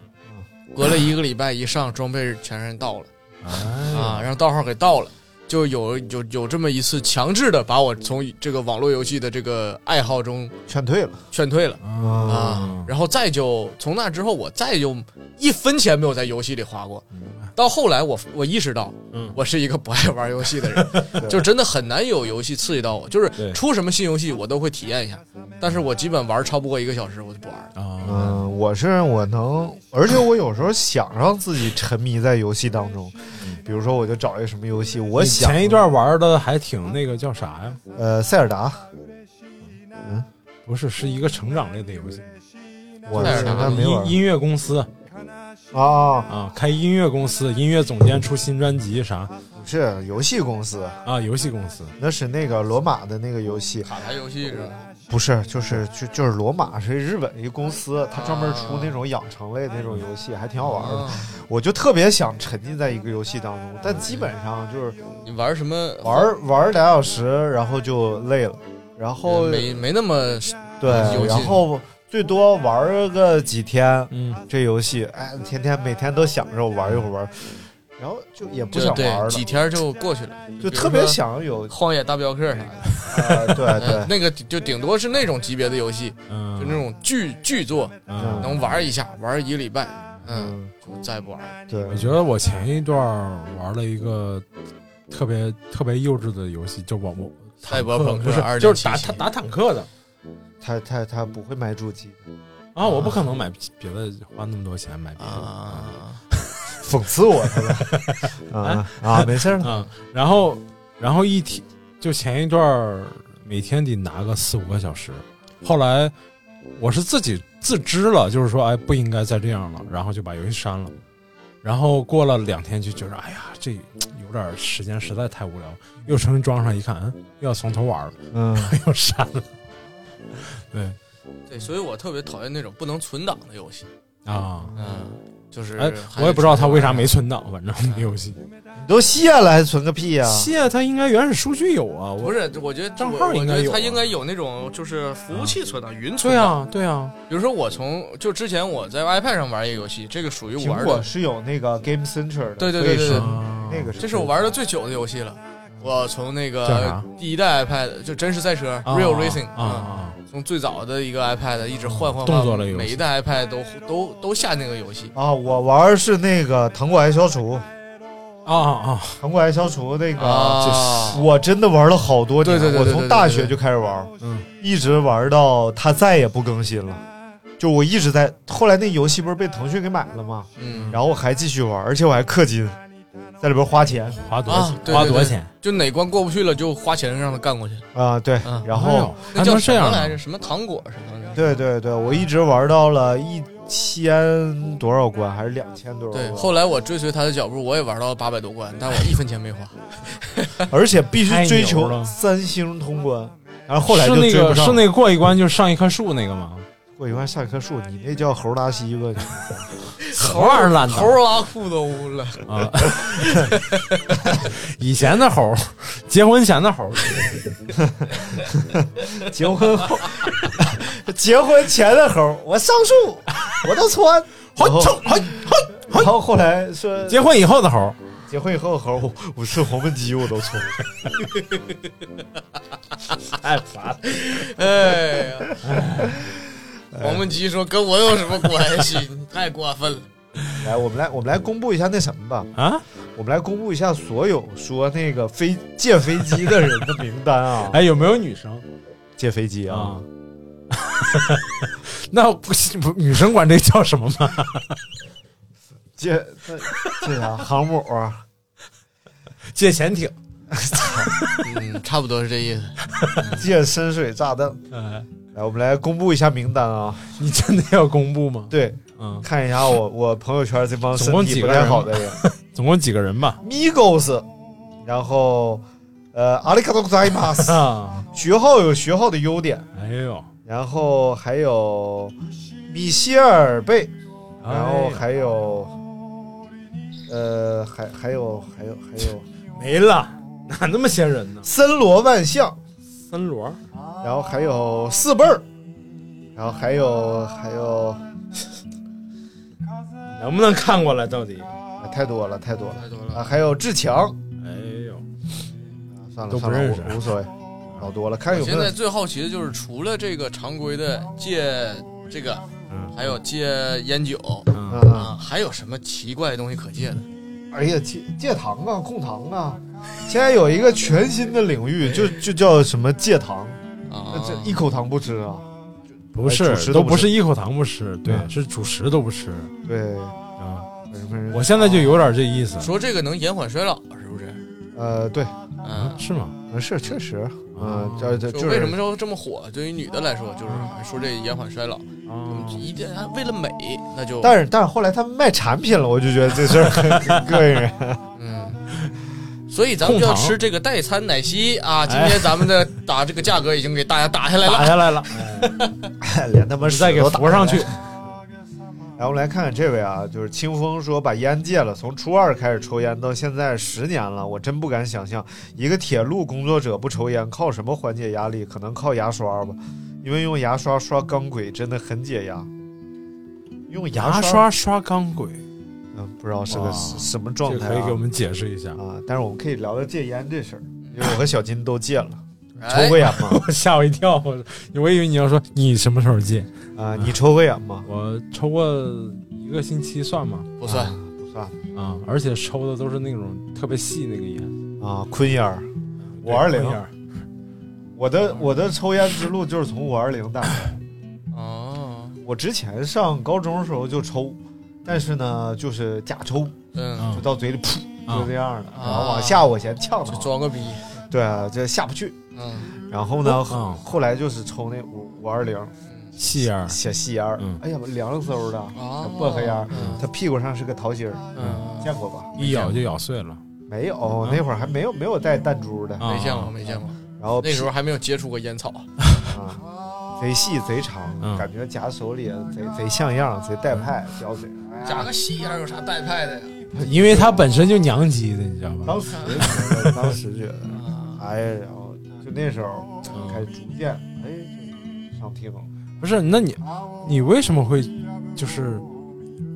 C: 隔了一个礼拜一上，装备全让人盗了
D: 哎
C: 啊，让盗号给盗了。就有有有这么一次强制的把我从这个网络游戏的这个爱好中
B: 劝退了。
C: 劝退了啊，然后再就从那之后，我再就一分钱没有在游戏里花过。
B: 嗯
C: 到后来我，我意识到，我是一个不爱玩游戏的 人，就真的很难有游戏刺激到我。就是
D: 对
C: 出什么新游戏，我都会体验一下，但是我基本玩超不过一个小时，我就不玩了。
D: 啊，
B: 嗯，我是我能，而且我有时候想让自己沉迷在游戏当中，比如说我就找一个什么游戏，我
D: 你
B: 想
D: 前一段玩的还挺那个叫啥呀？
B: 呃塞尔达，
D: 不是，是一个成长类的游戏，
B: 我
C: 塞尔达
B: 那没玩
D: 音音乐公司
B: 啊，
D: 啊，开音乐公司，音乐总监出新专辑啥
B: 不是游戏公司，
D: 啊，游戏公司
B: 那是那个罗马的那个游戏，
C: 卡牌游戏是吧？
B: 不是，就是就就是罗马是日本一个公司，它专门出那种养成类的那种游戏，还挺好玩的。
C: 啊，
B: 我就特别想沉浸在一个游戏当中，但基本上就是
C: 你玩什么？
B: 玩玩俩小时，然后就累了，然后
C: 没没那么
B: 对
C: 有，劲
B: 然后最多玩个几天，
D: 嗯，
B: 这游戏哎，天天每天都想着我玩一会儿玩，然后就也不
C: 就
B: 想玩
C: 对，
B: 了，
C: 几天就过去了，
B: 就
C: 比如
B: 特别
C: 说
B: 想有
C: 《荒野大镖客》啥的。
B: 呃， 对
C: 呃
B: 对，
C: 那个就顶多是那种级别的游戏，就那
D: 嗯
C: 种巨巨作，
D: 嗯，
C: 能玩一下，玩一个礼拜，嗯，
B: 嗯，
C: 就再不玩了。
B: 对，
D: 我觉得我前一段玩了一个特别特别幼稚的游戏，就我我
C: 赛博朋
D: 不
C: 克
D: 是
C: 二
D: 就是打打打坦克的
B: 他他他不会买主机，
D: 啊，我不可能买别的，花那么多钱买别的啊
C: 啊，
B: 讽刺我是 吧？啊啊，没事儿了，
D: 嗯，然后然后一天就前一段儿每天得拿个四五个小时，后来我是自己自知了，就是说哎不应该再这样了，然后就把游戏删了。然后过了两天就觉得，哎呀，这有点儿时间实在太无聊了，又重新装上一看，嗯，又要从头玩了，
B: 嗯，
D: 又删了。对
C: 对，所以我特别讨厌那种不能存档的游戏，
D: 啊，
C: 嗯，就是
D: 哎，
C: 还
D: 我也不知道他为啥没存档，反正那游戏
B: 你都卸了还存个屁呀？
D: 卸他应该原始数据有啊，我
C: 不是，我觉得
D: 账
C: 我
D: 号
C: 我觉
D: 应该
C: 得
D: 有啊
C: 他应该有那种就是服务器存档、云存
D: 对
C: 档。
D: 啊对啊，
C: 比如说我从就之前我在 iPad 上玩一个游戏，这个属于我
B: 苹
C: 玩
B: 果
C: 的，
B: 是有那个 Game Center 的，
C: 对对
B: 所以
C: 对对
B: 是
C: 对
D: 啊
B: 那个是
C: 这是我玩的最久的游戏了。我从那
D: 叫
C: 个
D: 啥
C: 第一代 iPad 就真实赛车 Real Racing
D: 啊
C: 嗯
D: 啊
C: 从最早的一个 iPad 一直换换换，
D: 动作类游戏
C: 每一代 iPad 都都都下那个游戏。
B: 啊，我玩是那个糖果爱消除，
D: 啊啊啊！
B: 糖果爱消除那个，
C: 啊
B: 就是我真的玩了好多年，
C: 对对对对对
B: 我从大学就开始玩，
D: 嗯，
B: 一直玩到它再也不更新了。就我一直在，后来那游戏不是被腾讯给买了吗？
C: 嗯，
B: 然后我还继续玩，而且我还氪金，在里边花钱
D: 花多
C: 啊对对
D: 花多少钱？
C: 就哪关过不去了，就花钱让他干过去。
B: 啊、对
C: 嗯，
B: 然
D: 哎
B: 后
C: 那
D: 还
C: 叫
D: 能
C: 什
D: 这
C: 么
D: 样
C: 来着？什么糖果什么的？
B: 对对对，我一直玩到了一千多少关，还是两千多少
C: 对，
B: 关？
C: 后来我追随他的脚步，我也玩到了八百多关，但我一分钱没 花。
B: 而且必须追
D: 太牛
B: 求
D: 了
B: 三星通关，然后后来就是追
D: 那
B: 不
D: 个
B: 上。
D: 是那个过一关就上一棵树那个吗？
B: 我一块上一棵树，你那叫猴拉稀吧？
D: 什么玩意儿烂
C: 猴拉裤兜了，
D: 啊！以前的猴，结婚前的猴，
B: 你结婚后， 结婚前的猴，我上树，我都 窜。然后，然后后来说
D: 结婚以后的猴，
B: 结婚以后的猴，我我吃黄焖鸡我都窜。
D: 太烦了。
C: 哎呀！黄焖鸡说：“跟我有什么关系？你太过分了。
B: 来，我们来我们来公布一下那什么吧，
D: 啊！
B: 我们来公布一下所有说那个飞借飞机的人的名单啊。
D: 哎，有没有女生
B: 借飞机啊，
D: 啊？ 那不不女生管这叫什么吗？
B: 借那借啥航母啊？
D: 借潜艇。”
C: 嗯，差不多是这意思。
B: 借深水炸弹。
D: 呃，
B: 来，我们来公布一下名单啊。
D: 你真的要公布吗？
B: 对，
D: 嗯，
B: 看一下我我朋友圈这帮身
D: 总共
B: 体
D: 几
B: 不
D: 个
B: 太
D: 人
B: 好的人
D: 总共几个人吧？
B: ，Migos，然后呃阿里卡多扎伊马斯，
D: 啊，
B: 学号有学号的优点，
D: 哎呦，
B: 然后还有米歇尔贝，然后
D: 哎
B: 还有呃还还有还有还有
D: 没了，哪那么些人呢？
B: 森罗万象，
D: 森罗，
B: 然后还有四辈儿，然后还有还有、
D: 能不能看过来？到底？
B: 哎太多了太多了
C: 太多
B: 啊，
C: 了，
B: 还有志强，
D: 哎呦，
B: 算了，
D: 都不
B: 算了
D: 认识
B: 无无所谓，老多了，看有
C: 我
B: 没
C: 现
B: 有
C: 在最好奇的就是，除了这个常规的戒这个，
D: 嗯
C: 还有戒烟酒
D: 嗯
B: 啊
C: 啊，？还有什么奇怪的东西可戒的？
B: 哎呀，戒戒糖啊，控糖啊，现在有一个全新的领域，就就叫什么戒糖，
C: 啊
B: 那，嗯这一口糖不吃啊。
D: 不
B: 哎
D: 是
B: 主食，都
D: 都
B: 不
D: 不
B: 是
D: 是一口糖不吃，对，
B: 嗯
D: 是主食都不吃
B: 对，
D: 啊。
B: 反正反正
D: 我现在就有点这意思，
B: 啊
C: 说这个能延缓衰老是不是？
B: 呃，对，
C: 嗯，
D: 啊是吗？
B: 呃是确实，嗯，这这
C: 就
B: 就是
C: 为什么说这么火？对于女的来说，就是说这延缓衰老，
D: 啊
C: 一定为了美，那就
B: 嗯但是但是后来他们卖产品了，我就觉得这事儿 很很膈应人。
C: 嗯，所以咱们就要
D: 控糖
C: 吃这个代餐奶昔啊！今天咱们的打这个价格已经给大家打下来
D: 打
C: 了，
D: 下来了，
B: 连他妈
D: 你再给
B: 我打
D: 扶上去。
B: 来，哎我们来看看这位啊，就是清风说把烟戒了，从初二开始抽烟到现在十年了，我真不敢想象一个铁路工作者不抽烟靠什么缓解压力？可能靠牙刷吧，因为用牙刷刷钢轨真的很解压。用
D: 牙
B: 牙刷，
D: 刷刷钢轨，
B: 嗯、不知道是个
D: 哇
B: 什什么
D: 这
B: 状态、啊，
D: 可以给我们解释一下。
B: 啊，但是我们可以聊聊戒烟这事儿，因为我和小金都戒了，抽
C: 哎
B: 过，烟吗？
D: 我吓我一跳，我我以为你要说你什么时候戒，
B: 啊，你抽过烟吗？
D: 我抽过一个星期算吗？
C: 不算
B: 啊，不算
D: 啊，而且抽的都是那种特别细那个烟，
B: 啊，坤烟儿，五二零
D: 对。烟儿
B: 我的我的抽烟之路就是从五二零打开。嗯
C: 哦，
B: 我之前上高中的时候就抽，但是呢，就是假抽，
C: 嗯，
D: 嗯
B: 就到嘴里噗，就这样的，
C: 啊
B: 然后往下我先呛
C: 就
B: 着，
C: 装个逼，
B: 对啊，这下不去。
C: 嗯，
B: 然后呢，
D: 嗯
B: 后后来就是抽那五五二零
D: 细烟儿，
B: 小细烟儿
D: 嗯，
B: 哎呀，凉飕的，
C: 哦，
B: 薄荷烟儿
C: 嗯，
B: 它屁股上是个桃心儿，
C: 嗯，
B: 见过吧？
D: 一咬就咬碎了。
B: 没有，那会儿还没有没有带弹珠的，
D: 啊
C: 没见过，没见过，
B: 然后
C: 那
B: 屁
C: 时候还没有接触过烟草，
B: 啊，贼细贼长，
D: 嗯
B: 感觉夹手里贼贼像样，贼带派，叼嘴，哎呀
C: 扎个细烟有啥带派的呀？
D: 因为它本身就娘鸡的，你知道吧？
B: 当时觉得当时觉得，哎，然后就那时候
D: 哦
B: 开始逐渐哎就上听了，
D: 不是，那你你为什么会就是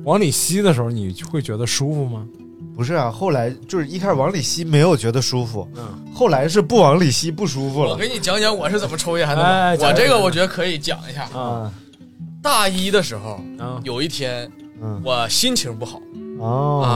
D: 往里吸的时候，你会觉得舒服吗？
B: 不是啊，后来就是一开始往里吸没有觉得舒服，
D: 嗯，
B: 后来是不往里吸不舒服
C: 我
B: 了
C: 给你讲讲我是怎么抽烟的吧
D: 哎，
C: 我
D: 讲
C: 这个我觉得可以讲一下。
D: 啊
C: 大一的时候，
D: 啊
C: 有一天
B: 嗯
C: 我心情不好
D: 嗯
B: 哦
C: 啊，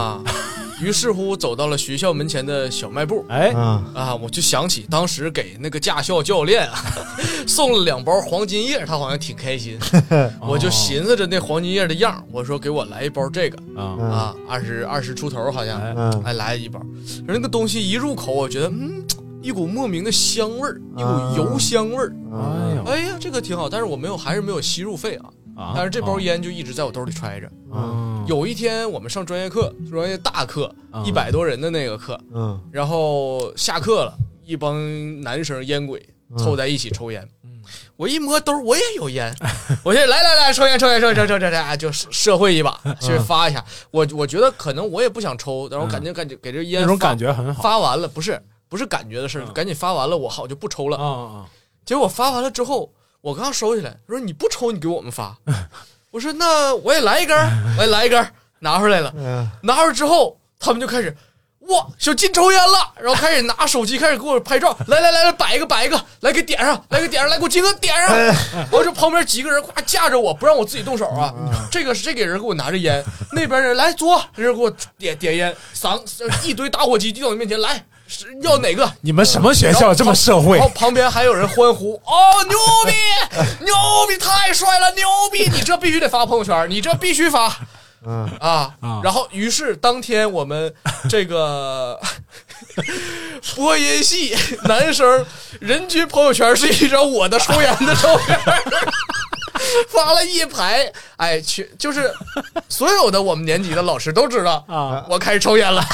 C: 于是乎走到了学校门前的小卖部。
D: 哎，
B: 嗯
C: 啊，我就想起当时给那个驾校教练啊 送了两包黄金叶，他好像挺开心。 我就寻思着那黄金叶的样儿，我说给我来一包这个
D: 啊，
B: 嗯
C: 啊，二十二十出头好像，
D: 哎
B: 嗯
C: 哎来一包。而那个东西一入口，我觉得嗯，一股莫名的香味儿，一
B: 啊
C: 股油香味儿。
D: 哎呦
C: 哎呀，这个挺好，但是我没有，还是没有吸入肺啊。
D: 啊！
C: 但是这包烟就一直在我兜里揣着。
D: 啊，
C: 有一天我们上专业课，专业大课，
D: 啊
C: 一百多人的那个课，
B: 嗯
C: 然后下课了，一帮男生烟鬼凑在一起抽烟。我一摸兜，我也有烟，我就来来来，抽烟抽烟抽烟抽烟抽烟抽烟，啊就社会一把，去发一下。我我觉得可能我也不想抽，但是我感觉感觉给这烟
D: 那种
C: 发
D: 感觉很好
C: 发完了，不是不是感觉的事儿，赶紧发完了，我好就不抽了。
D: 啊啊！
C: 结果发完了之后，我刚收起来，他说你不抽，你给我们发。我说那我也来一根儿，我也来一根儿，拿出来了。
B: 嗯
C: 拿出来之后，他们就开始哇，小金抽烟了，然后开始拿手机开始给我拍照，来来来来，摆一个摆一个，来给点上，来给点上，来给我金哥点上。然后这旁边几个人夸架着我，不让我自己动手啊。这个是这个人给我拿着烟，那边人来左，这人给我点点烟，三一堆打火机就到你面前来，是要哪个？
D: 你们什么学校这么社会
C: 然后旁边还有人欢呼：“哦，牛逼，牛逼，太帅了，牛逼！你这必须得发朋友圈，你这必须发
B: 嗯
C: 啊！”
D: 啊
C: 然后，于是当天我们这个播音系 男生人均朋友圈是一张我的抽烟的照片。 发了一排，哎，全就是所有的我们年级的老师都知道
D: 啊？
C: 我开始抽烟了，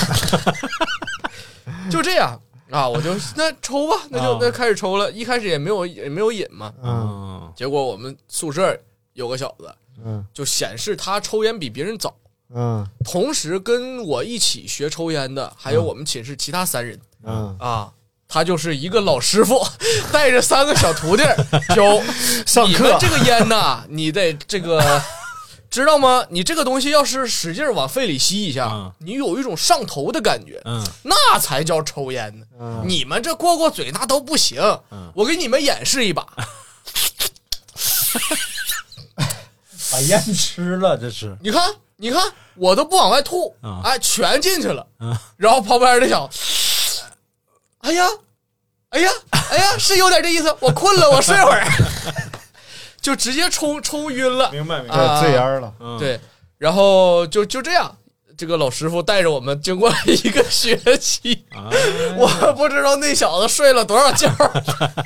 C: 就这样啊，我就那抽吧，那就
D: 啊
C: 那开始抽了，一开始也没有也没有瘾嘛，
B: 嗯
D: 嗯
C: 结果我们宿舍有个小子
B: 嗯
C: 就显示他抽烟比别人早，
B: 嗯
C: 同时跟我一起学抽烟的还
D: 嗯
C: 有我们寝室其他三人
B: 嗯，
C: 啊。他就是一个老师傅， 带着 三个小徒弟儿教
B: 上
C: 你
B: 课
C: 们这个烟呐，你得这个知道吗？你这个东西要是使劲儿往肺里吸一下，
D: 嗯
C: 你有一种上头的感觉，
D: 嗯
C: 那才叫抽烟呢。你们这过过嘴那都不行，
D: 嗯
C: 我给你们演示一把。
D: 把烟吃了，这是
C: 你看，你看，我都不往外吐，
D: 啊
C: 哎，全进去了。
D: 啊
C: 然后旁边的想，哎呀，哎呀，哎呀，是有点这意思。我困了，我睡会儿， 就直接冲冲晕了。
D: 明白嗯明
C: 白啊
B: 醉烟儿了，
C: 对，然后就就这样，这个老师傅带着我们经过了一个学期，
D: 啊，
C: 我不知道那小子睡了多少觉儿。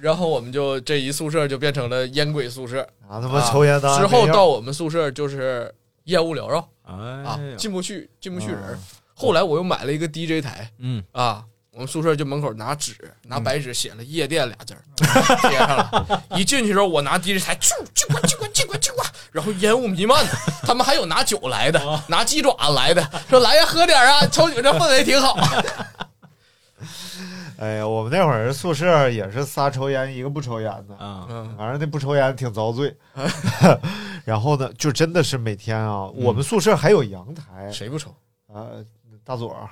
C: 然后我们就这一宿舍就变成了烟鬼宿舍。
B: 啊他妈抽烟当
C: 之后到我们宿舍就是烟雾缭绕啊
D: 哎，呀，
C: 进不去，进不去人儿。后来我又买了一个 DJ 台
D: 嗯，
C: 啊，我们宿舍就门口拿纸拿白纸写了“夜店”俩字儿， 贴上了。一进去的时候，我拿 DJ 台啾啾呱啾呱啾呱啾呱，然后烟雾弥漫的。 他们还有拿酒来的，
D: 哦
C: 拿鸡爪来的，说来呀喝点儿啊，瞅你们这氛围挺 好。
B: 哎呀，我们那会儿宿舍也是仨抽烟，一个不抽烟的，
D: 啊，
C: 嗯
B: 反正那不抽烟挺遭 罪。然后呢，就真的是每天啊，我们宿舍还有阳
D: 嗯
B: 台
C: 谁不抽？
B: 啊，大左 儿，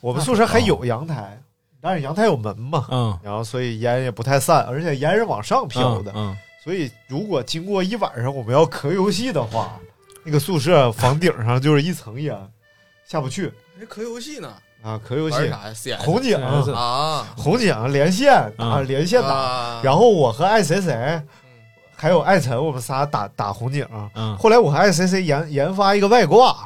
B: 我们宿舍还有阳台，但是阳台有门嘛，
D: 啊嗯，
B: 然后所以烟也不太散，而且烟是往上飘的，
D: 嗯，
B: 所以如果经过一晚上我们要咳游戏的话，那个宿舍房顶上就是一层烟，下不去
C: 这哎可游戏呢？
B: 啊，咳游
C: 玩
B: 戏，
C: 啥呀？CS
B: 红警。
D: CS
C: 啊，
B: 红警连线打，
D: 啊
B: 连线打，
C: 啊
B: 然后我和爱谁谁，还有艾辰，我们仨打打红警。
D: 嗯
B: 后来我和爱谁谁研研发一个外挂，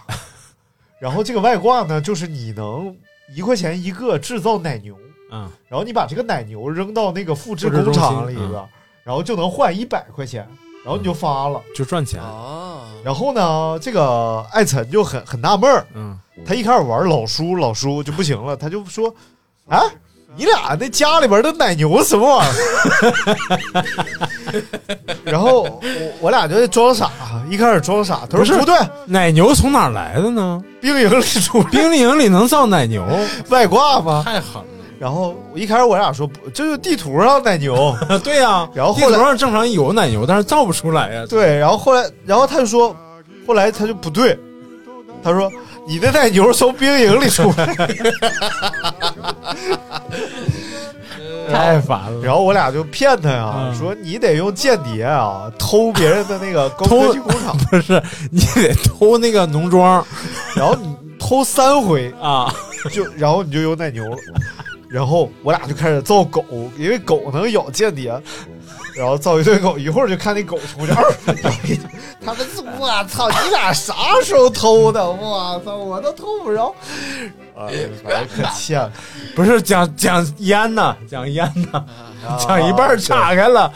B: 然后这个外挂呢，就是你能一块钱一个制造奶牛，
D: 嗯
B: 然后你把这个奶牛扔到那个复制
D: 复制
B: 工
D: 中
B: 厂里
D: 心嗯
B: 边，然后就能换一百块钱，然后你就发了。
D: 就赚钱，
C: 啊，
B: 然后呢，这个艾辰就很很纳闷儿，
D: 嗯
B: 他一开始玩老叔，老叔就不行了，他就说：“啊，你俩那家里边的奶牛什么玩意儿？” 然后我我俩就装傻，一开始装傻，他
D: 不
B: 说
D: 是
B: 不对，
D: 奶牛从哪儿来的呢？
B: 兵营里出
D: 冰淇淋里能造奶牛，
B: 外挂吗？
D: 太狠了。
B: 然后一开始我俩说不，这就地图上奶牛。
D: 对呀、
B: 然后后来
D: 地图上正常有奶牛，但是造不出来呀、
B: 对，然后后来，然后他就说，后来他就不对，他说你的奶牛从兵营里出来，
D: 太烦了。
B: 然后我俩就骗他呀，
D: 嗯
B: 说你得用间谍啊偷别人的那个高科技工厂，
D: 不是，你得偷那个农庄
B: 然后你偷三回
D: 啊，
B: 就，然后你就有奶牛了。然后我俩就开始造狗，因为狗能咬间谍，然后造一堆狗，一会儿就看那狗出去，嗷咬一 堆他们说我操，你俩啥时候偷的？我操，我都偷不着。
D: 哎
B: 啊，反正可欠了。
D: 不是讲讲烟呢，讲烟呢，
C: 啊
D: 讲一半儿岔开了。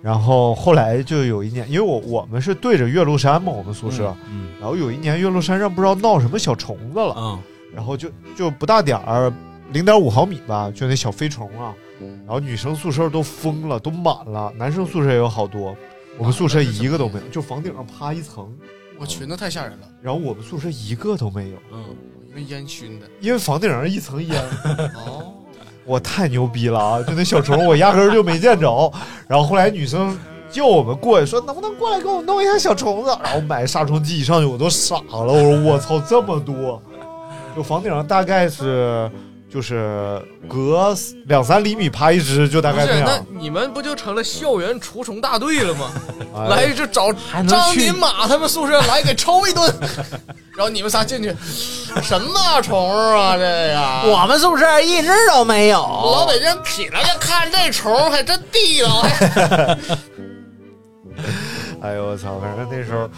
B: 然后后来就有一年，因为我我们是对着岳麓山嘛，我们宿舍，
D: 嗯
B: 然后有一年岳麓山上不知道闹什么小虫子了，
D: 嗯
B: 然后就就不大点儿，零点五毫米吧，就那小飞虫啊。然后女生宿舍都疯了，都满了，男生宿舍也有好多，我们宿舍一个都没有，就房顶上趴一层，
C: 我去，那太吓人了，
B: 然后我们宿舍一个都没有，
D: 嗯，
C: 因为烟熏的。
B: 因为房顶上一层烟。
C: 哦，
B: 我太牛逼了啊！就那小虫，我压根儿就没见着。然后后来女生叫我们过去，说能不能过来给我弄一下小虫子？ 然后买杀虫剂一上去，我都傻了。我说 我操，这么多！就房顶上大概是就是隔两三厘米爬一只，就大
C: 不
B: 概
C: 是，那
B: 样。
C: 你们不就成了校园除虫大队了吗？
B: 哎
C: 来就找
D: 能
C: 张
D: 去
C: 林马他们宿舍来给抽一顿， 然后你们仨进去，什么虫啊这呀？
E: 我们宿舍一只都没有。
C: 老北京起来就看这虫还真地道， 还
B: 哎呦我操！反正那时候，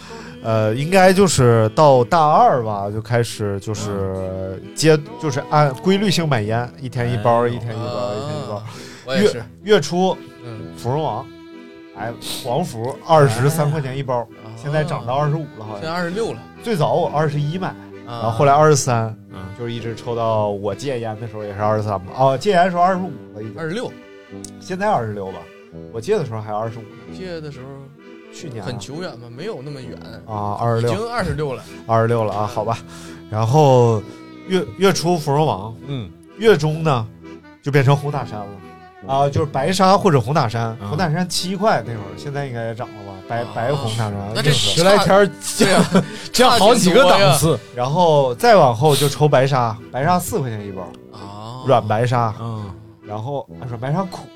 B: 呃，应该就是到大二吧，就开始
C: 嗯
B: 就是接，就是按规律性买烟，一天一包，
D: 哎呦
B: 一天一包，一天一包。
C: 我也是
B: 月，月初，
C: 啊嗯，
B: 芙蓉王，哎，王福二十三块钱一包，
C: 哎
B: 现在涨到二十五了，好
C: 啊现在
B: 像。
C: 二十六了，
B: 最早我二十
C: 啊
B: 一买，然
C: 然
B: 后后来二十三，
D: 嗯
B: 就是一直抽到我戒烟的时候也是二十三嘛。哦，戒烟的时候二十五了已经，
C: 二十六
B: 现在二十六吧。我戒的时候还二十五，
C: 借的时候
B: 去年啊
C: 很久远吗？没有那么远，
B: 啊，二十
C: 已
B: 六，
C: 经二十 六了，
B: 二十六了啊，好吧。然后月月初芙蓉王，
D: 嗯，
B: 月中呢就变成红塔山了。啊，就是白沙或者红塔山，
D: 啊
B: 红塔山七块那会儿，现在应该涨了吧？白
C: 啊
B: 白红塔山，
C: 那这
D: 十来天儿
C: 对
D: 降
C: 呀、
D: 降好几个档次，
B: 然后再往后就抽白沙，白沙四块钱一包，
C: 啊，
B: 软白沙，
D: 嗯，
B: 然后啊软白沙苦，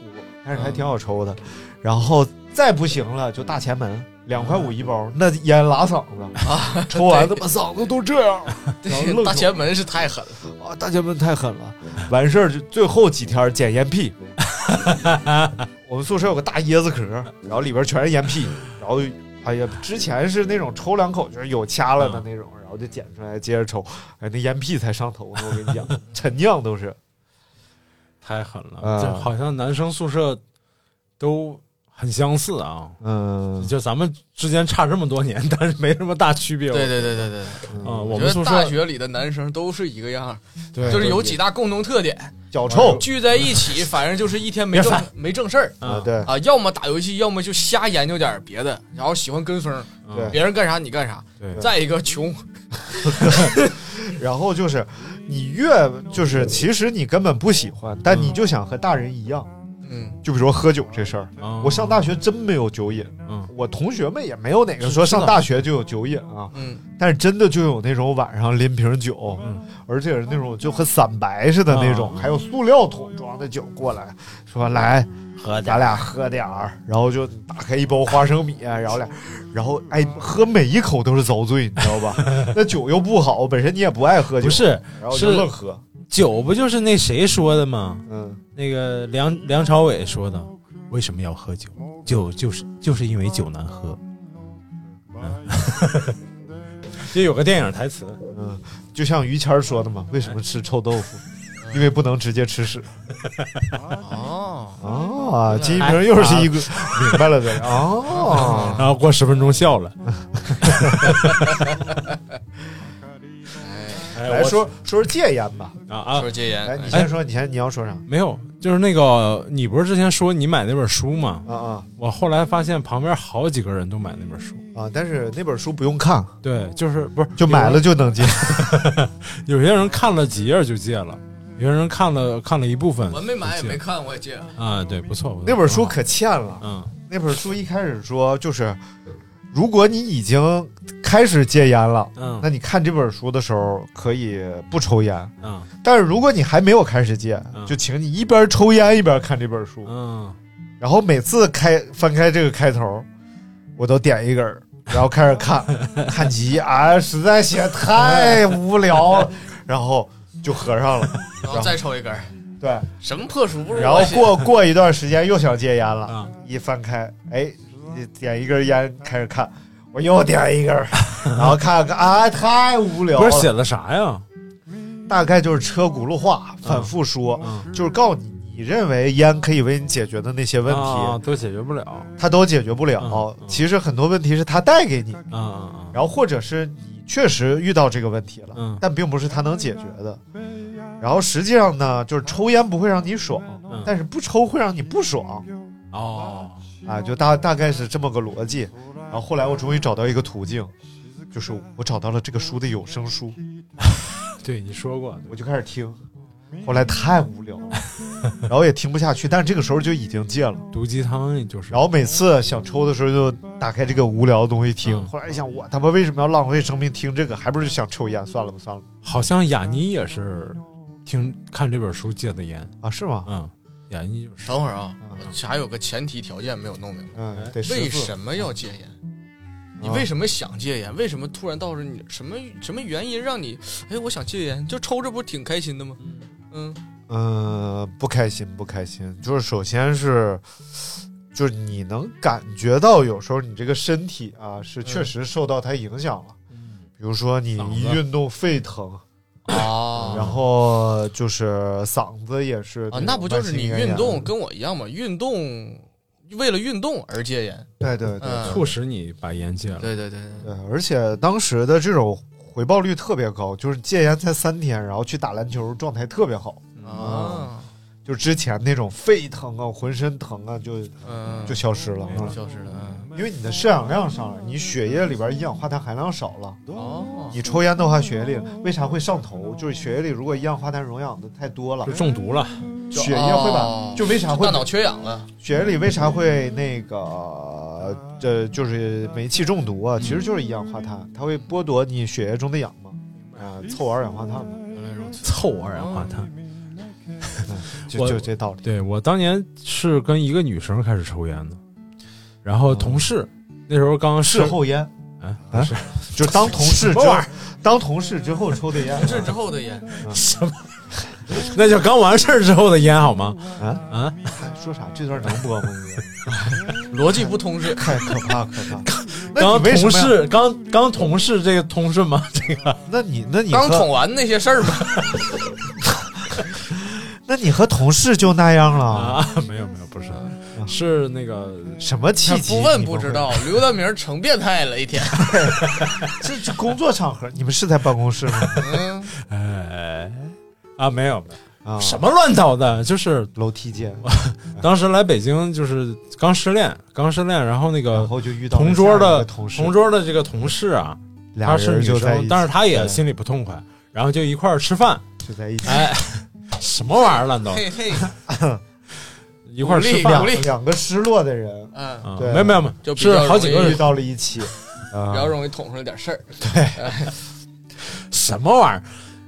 B: 但是还挺好抽的。然后再不行了就大前门，两块五一
D: 嗯
B: 包，那烟拉嗓子，
C: 啊，
B: 抽完他
C: 对
B: 妈嗓子都这样。然后
C: 对
B: 愣
C: 大
B: 抽
C: 前门是太狠了，
B: 啊，大前门太狠了，完事儿就最后几天捡烟屁。 我们宿舍有个大椰子壳，然后里边全是烟屁，然后哎呀，之前是那种抽两口就是有掐了的
D: 嗯
B: 那种，然后就捡出来接着抽，哎，那烟屁才上头呢，我跟你讲， 陈酿都是
D: 太狠了，
B: 啊
D: 这好像男生宿舍都很相似啊。
B: 嗯
D: 就咱们之间差这么多年，但是没什么大区别。
C: 对对对对对，
D: 啊，我
C: 我
D: 们
C: 觉
D: 宿
C: 得大
D: 舍
C: 学里的男生都是一个样儿，
D: 对
C: 就是有几大共同特点，
B: 脚臭
C: 聚在一起，反正就是一天没
D: 别
C: 正
D: 烦
C: 没正事儿
B: 啊，
D: 啊，
B: 对
C: 啊，要么打游戏，要么就瞎研究点别的，然后喜欢跟风，
D: 嗯
C: 别人干啥你干啥。
D: 对
C: 再一个穷，
B: 然后就是你越就是其实你根本不喜欢，但
D: 嗯
B: 你就想和大人一样，
C: 嗯，
B: 就比如说喝酒这事儿，
D: 啊
B: 我上大学真没有酒瘾，
D: 嗯
B: 我同学们也没有哪个说上大学就有酒瘾啊，
C: 嗯，
B: 但是真的就有那种晚上拎瓶酒，
D: 嗯
B: 而且是那种就和散白似的那种，
D: 啊
B: 还有塑料桶装的酒过来，说来
E: 喝
B: 咱俩喝点儿，然后就打开一包花生米，啊然后俩，然后哎喝每一口都是遭罪，你知道吧？ 那酒又不好，本身你也不爱喝酒，
D: 不是
B: 然后就是愣喝，
D: 酒，不就是那谁说的吗？
B: 嗯，
D: 那个梁梁朝伟说的，为什么要喝酒？酒就是就是因为酒难喝。 嗯这有个电影台词，
B: 嗯，就像于谦儿说的嘛，为什么吃臭豆腐？ 因为不能直接吃 屎
C: 哦，
B: 啊！金一平又是一个 明白了的人 哦。
D: 然后过十分钟笑 了。哎
B: 来
D: 我
B: 说说说戒烟吧，
D: 啊啊
C: 说，戒烟，
B: 来你
C: 哎
B: 先说，你先你要说啥？
D: 没有，就是那个你不是之前说你买那本书吗？
B: 啊啊
D: 我后来发现旁边好几个人都买那本书，
B: 啊！但是那本书不用看，
D: 对，就是不是
B: 就买了就能戒。
D: 有人有些人看了几页就戒了，有些人看了看了一部分就戒
C: 我
D: 了，
C: 没买也没看，我也戒了。
D: 啊，对，不错，不错
B: 那本书，可欠了，
D: 嗯
B: 那本书一开始说就是，如果你已经开始戒烟了，
D: 嗯
B: 那你看这本书的时候可以不抽烟；
D: 嗯
B: 但是如果你还没有开始戒，
D: 嗯
B: 就请你一边抽烟一边看这本书。
D: 嗯，
B: 然后每次开翻开这个开头，我都点一根儿，然后开始 看，看急啊，实在写太无聊 了，然后就合上了。
C: 然后再抽一根儿，
B: 对，
C: 什么破书不是
B: 然
C: 我
B: 后
C: 写的？
B: 过过一段时间又想戒烟了
D: 啊，
B: 一翻开，哎，点一根烟开始看，我又点一根 儿，然后看看啊，太无聊
D: 不
B: 了。
D: 是写的啥呀？
B: 大概就是车轱辘话，反复说，
D: 嗯
B: 就是告诉你你认为烟可以为你解决的那些问
D: 啊
B: 题，
D: 都解决不了，啊
B: 它都解决不了
D: 嗯。嗯
B: 其实很多问题是它带给你的
D: 啊啊，
B: 然后或者是你确实遇到这个问题了，
D: 嗯
B: 但并不是它能解决的。然后实际上呢，就是抽烟不会让你爽，
D: 嗯
B: 但是不抽会让你不爽
D: 哦，
B: 啊，就大大概是这么个逻辑。然后后来我终于找到一个途径，就是我找到了这个书的有声书，
D: 对你说过，
B: 我就开始听。后来太无聊了，然后也听不下去，但是这个时候就已经戒了。
D: 毒鸡汤也就是，
B: 然后每次想抽的时候就打开这个无聊的东西听。
D: 嗯
B: 后来一想，我他妈为什么要浪费生命听这个？还不是想抽烟，算了吧，算了吧。
D: 好像雅尼也是听看这本书戒的烟，
B: 啊，是吗？
D: 嗯，雅尼就是
C: 等会儿啊，
B: 嗯
C: 我还有个前提条件没有弄明白，
B: 嗯，得
C: 哎为
B: 十次。
C: 什么要戒烟？你
B: 啊
C: 为什么想戒烟？为什么突然到这？你什么什么原因让你？哎，我想戒烟，就抽这不是挺开心的吗？嗯，
B: 嗯，不开心，不开心。就是首先是，就是你能感觉到有时候你这个身体啊是确实受到它影响了。
C: 嗯
B: 比如说你
D: 嗓
B: 一
D: 子
B: 运动沸腾，
C: 啊
B: 然后就是嗓子也是
C: 啊，
B: 种
C: 那不就是
B: 慢性
C: 你
B: 咽
C: 运
B: 炎
C: 动？跟我一样吗？运动为了运动而戒烟，
B: 对对对
C: 嗯，
D: 促使你把烟戒了，
C: 对对对对
B: 对，呃而且当时的这种回报率特别高，就是戒烟才三天，然后去打篮球，状态特别好。
C: 对啊，
B: 就之前那种沸腾啊、浑身疼啊，就
C: 嗯，
B: 就消失了。嗯
C: 消失了。嗯
B: 因为你的摄氧量上来，你血液里边一氧化碳含量少了。
C: 哦，
B: 你抽烟的话，血液里为啥会上头？就是血液里如果一氧化碳溶氧的太多了
D: 就，中毒了。
B: 血液会把
C: 哦
B: 就为啥会
C: 大脑缺氧了，
B: 血液里为啥会那个这就是煤气中毒啊？其实就是一氧化碳，它会剥夺你血液中的氧嘛，啊，凑二氧化碳嘛，
C: 原来如此。
D: 凑二氧化碳。
B: 就
D: 我
B: 就这道理。
D: 对我当年是跟一个女生开始抽烟的，然后同事、那时候刚
B: 事
D: 是
B: 后烟
D: 啊
B: 啊，就当同事之
D: 什么
B: 后
D: 玩意，
B: 当同事之后抽的烟
C: 这之后的烟，
D: 那就刚完事儿之后的烟好吗？
B: 啊啊！说啥？这段能播吗？
C: 逻辑不通顺。
B: 太可怕可怕！那
D: 刚
B: 你为什
D: 同
B: 么呀？
D: 事刚刚同事这个通顺吗？ 这个
B: 那你那你
C: 刚捅
B: 和
C: 完那些事 儿吧，
B: 那你和同事就那样了？
D: 啊，没有没有，不是，
B: 啊
D: 是那个
B: 什么契机？
C: 不问
B: 你们
C: 不知
B: 会
C: 道。刘大明成变态了一天，
B: 这这工作场合，你们是在办公 室吗？
C: 嗯，
D: 哎啊，没有没有，
B: 啊，
D: 什么乱糟的，就是
B: 楼梯间，
D: 当时来北京就是刚失恋，刚失恋，然后那
B: 然
D: 个
B: 后就遇到了
D: 呃同桌
B: 下一
D: 的
B: 个同事，
D: 同桌的这个同事啊，
B: 俩
D: 她是
B: 人
D: 女
B: 就在一
D: 生
B: 起，，
D: 但是她也
B: 对
D: 心里不痛快，然后就一块儿吃饭，
B: 就在一起，
D: 哎，什么玩意儿乱糟，
C: 嘿嘿，
D: 一块儿吃
C: 鼓
D: 饭
B: 两
C: 励，
B: 两个失落的人
C: 嗯，
D: 啊，
B: 对
D: 没有没有没
C: 就
D: 有，
C: 比较
D: 是好几个
C: 容易
D: 人
B: 遇到了一起，
C: 比
B: 啊
C: 较容易捅出来点事儿。
D: 什么玩意儿，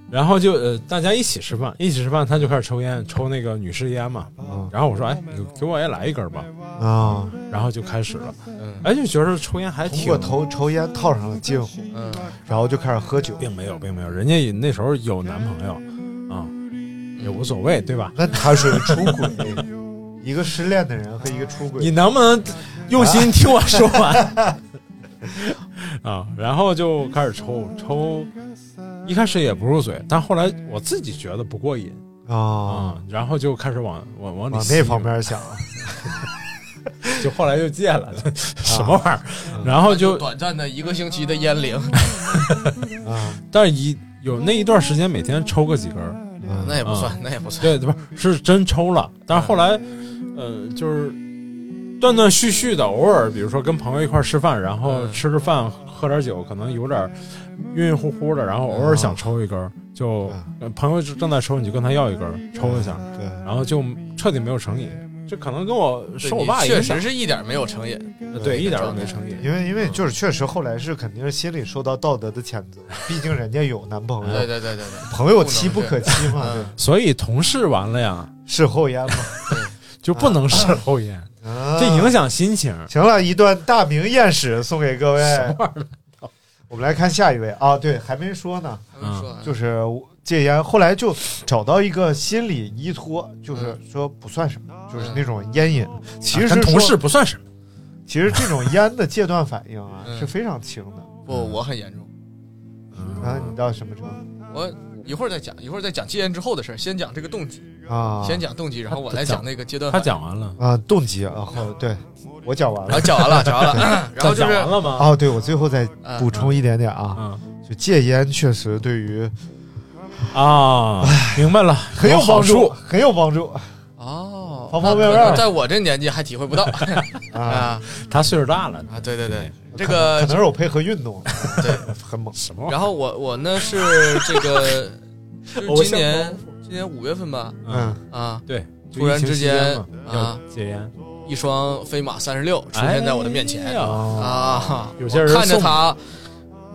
D: 然后就呃大家一起吃饭，一起吃饭，她就开始抽烟，抽那个女士烟嘛，
B: 嗯
D: 然后我说哎，你给我也来一根吧，
B: 啊，
D: 然后就开始了，
C: 嗯
D: 哎就觉得抽烟还
B: 通
D: 挺
B: 过头抽烟套上了近乎，
C: 嗯
B: 然后就开始喝酒。
D: 并没有，并没有，人家也那时候有男朋友，啊、
B: 嗯
D: 也无所谓，对吧？
B: 那他属于出轨，一个失恋的人和一个出
D: 你
B: 轨，
D: 能不能用心听我说完？啊，然后就开始抽抽，一开始也不入嘴，但后来我自己觉得不过瘾
B: 啊
D: 啊，，然后就开始往往往里
B: 往
D: 吸
B: 那方，面想，啊
D: 就后来就戒了，
C: 啊
D: 什么玩意儿？
C: 嗯
D: 然后哦就，
C: 短暂的一个星期的烟龄，
B: 啊，
D: 但是一有那一段时间每天抽个几根儿，
C: 那也不算，那也不算。
D: 对，不是是真抽了，但是后来，呃，就是断断续续的，偶尔比如说跟朋友一块儿吃饭，然后
C: 嗯
D: 吃吃饭，喝点酒，可能有点晕晕乎乎的，然后
C: 嗯
D: 偶尔想抽一根儿，就呃朋友正在抽，你就跟他要一根儿，抽一下，
B: 对，
D: 然后就彻底没有成瘾。这可能跟我
C: 对
D: 受我
C: 你
D: 爸
C: 确
D: 影响
C: 实，是一点没有成瘾，
D: 对，一点儿都没成瘾。
B: 因为因为就是确实后来是肯定是心里受到道德的谴责，毕竟人家有男朋
C: 对
B: 友，
C: 对对对对，
B: 嗯朋友妻不可欺嘛，对
C: 嗯，
D: 所以同事完了呀，
B: 事后烟嘛。
D: 就不能事后烟，
B: 啊
D: 这影响心情。
B: 行了，一段大明艳史送给各位。我们来看下一位啊，对，还没说呢，
C: 他们说
B: 就是是戒烟，后来就找到一个心理依托，就是
C: 嗯
B: 说不算什么，就是那种烟瘾。其实
D: 啊跟
B: 说
D: 同事，不算什么，
B: 其实这种烟的戒断反应啊
C: 嗯
B: 是非常轻的。
C: 不，我很严重。
B: 啊，
C: 嗯
B: 你到什么程度
C: 我一会儿再讲，一会儿再讲戒烟之后的事儿，先讲这个动机，
B: 啊？
C: 嗯先讲动机，然后我来讲那个阶段
D: 他
C: 反应。
D: 讲完了，
B: 啊，动机啊，后
C: 嗯
B: 对我讲完
C: 然后
B: 了。
C: 啊讲完了，讲完了，然后就
D: 讲
C: 是
D: 完了吗？
B: 哦，对，我最后再
C: 嗯
B: 补充一点点啊，
D: 嗯。
B: 就戒烟确实对于
D: 啊，明白了，
B: 很有
D: 好
B: 帮助，
D: 处。
B: 很有帮助
C: 哦，
B: 方方面
C: 那可能
B: 面
C: 在我这年纪还体会不到
B: 啊。
C: 啊
D: 他岁数大了，
C: 啊！对对对，这
B: 可
C: 个
B: 能是我配合运动，
C: 对，
B: 很猛。
D: 什么玩意
C: 然后我我呢是这个，就
D: 偶
C: 是今
D: 像
C: 年今年五月份吧
D: 儿？
B: 嗯，
C: 啊，
D: 对，
C: 突然之间
D: 就疫情期嘛
C: 啊
D: 要戒烟，
C: 一双飞马三十六出现在我的面前
D: 哎呀
C: 啊，
D: 有些人
C: 我看着
D: 送
C: 它，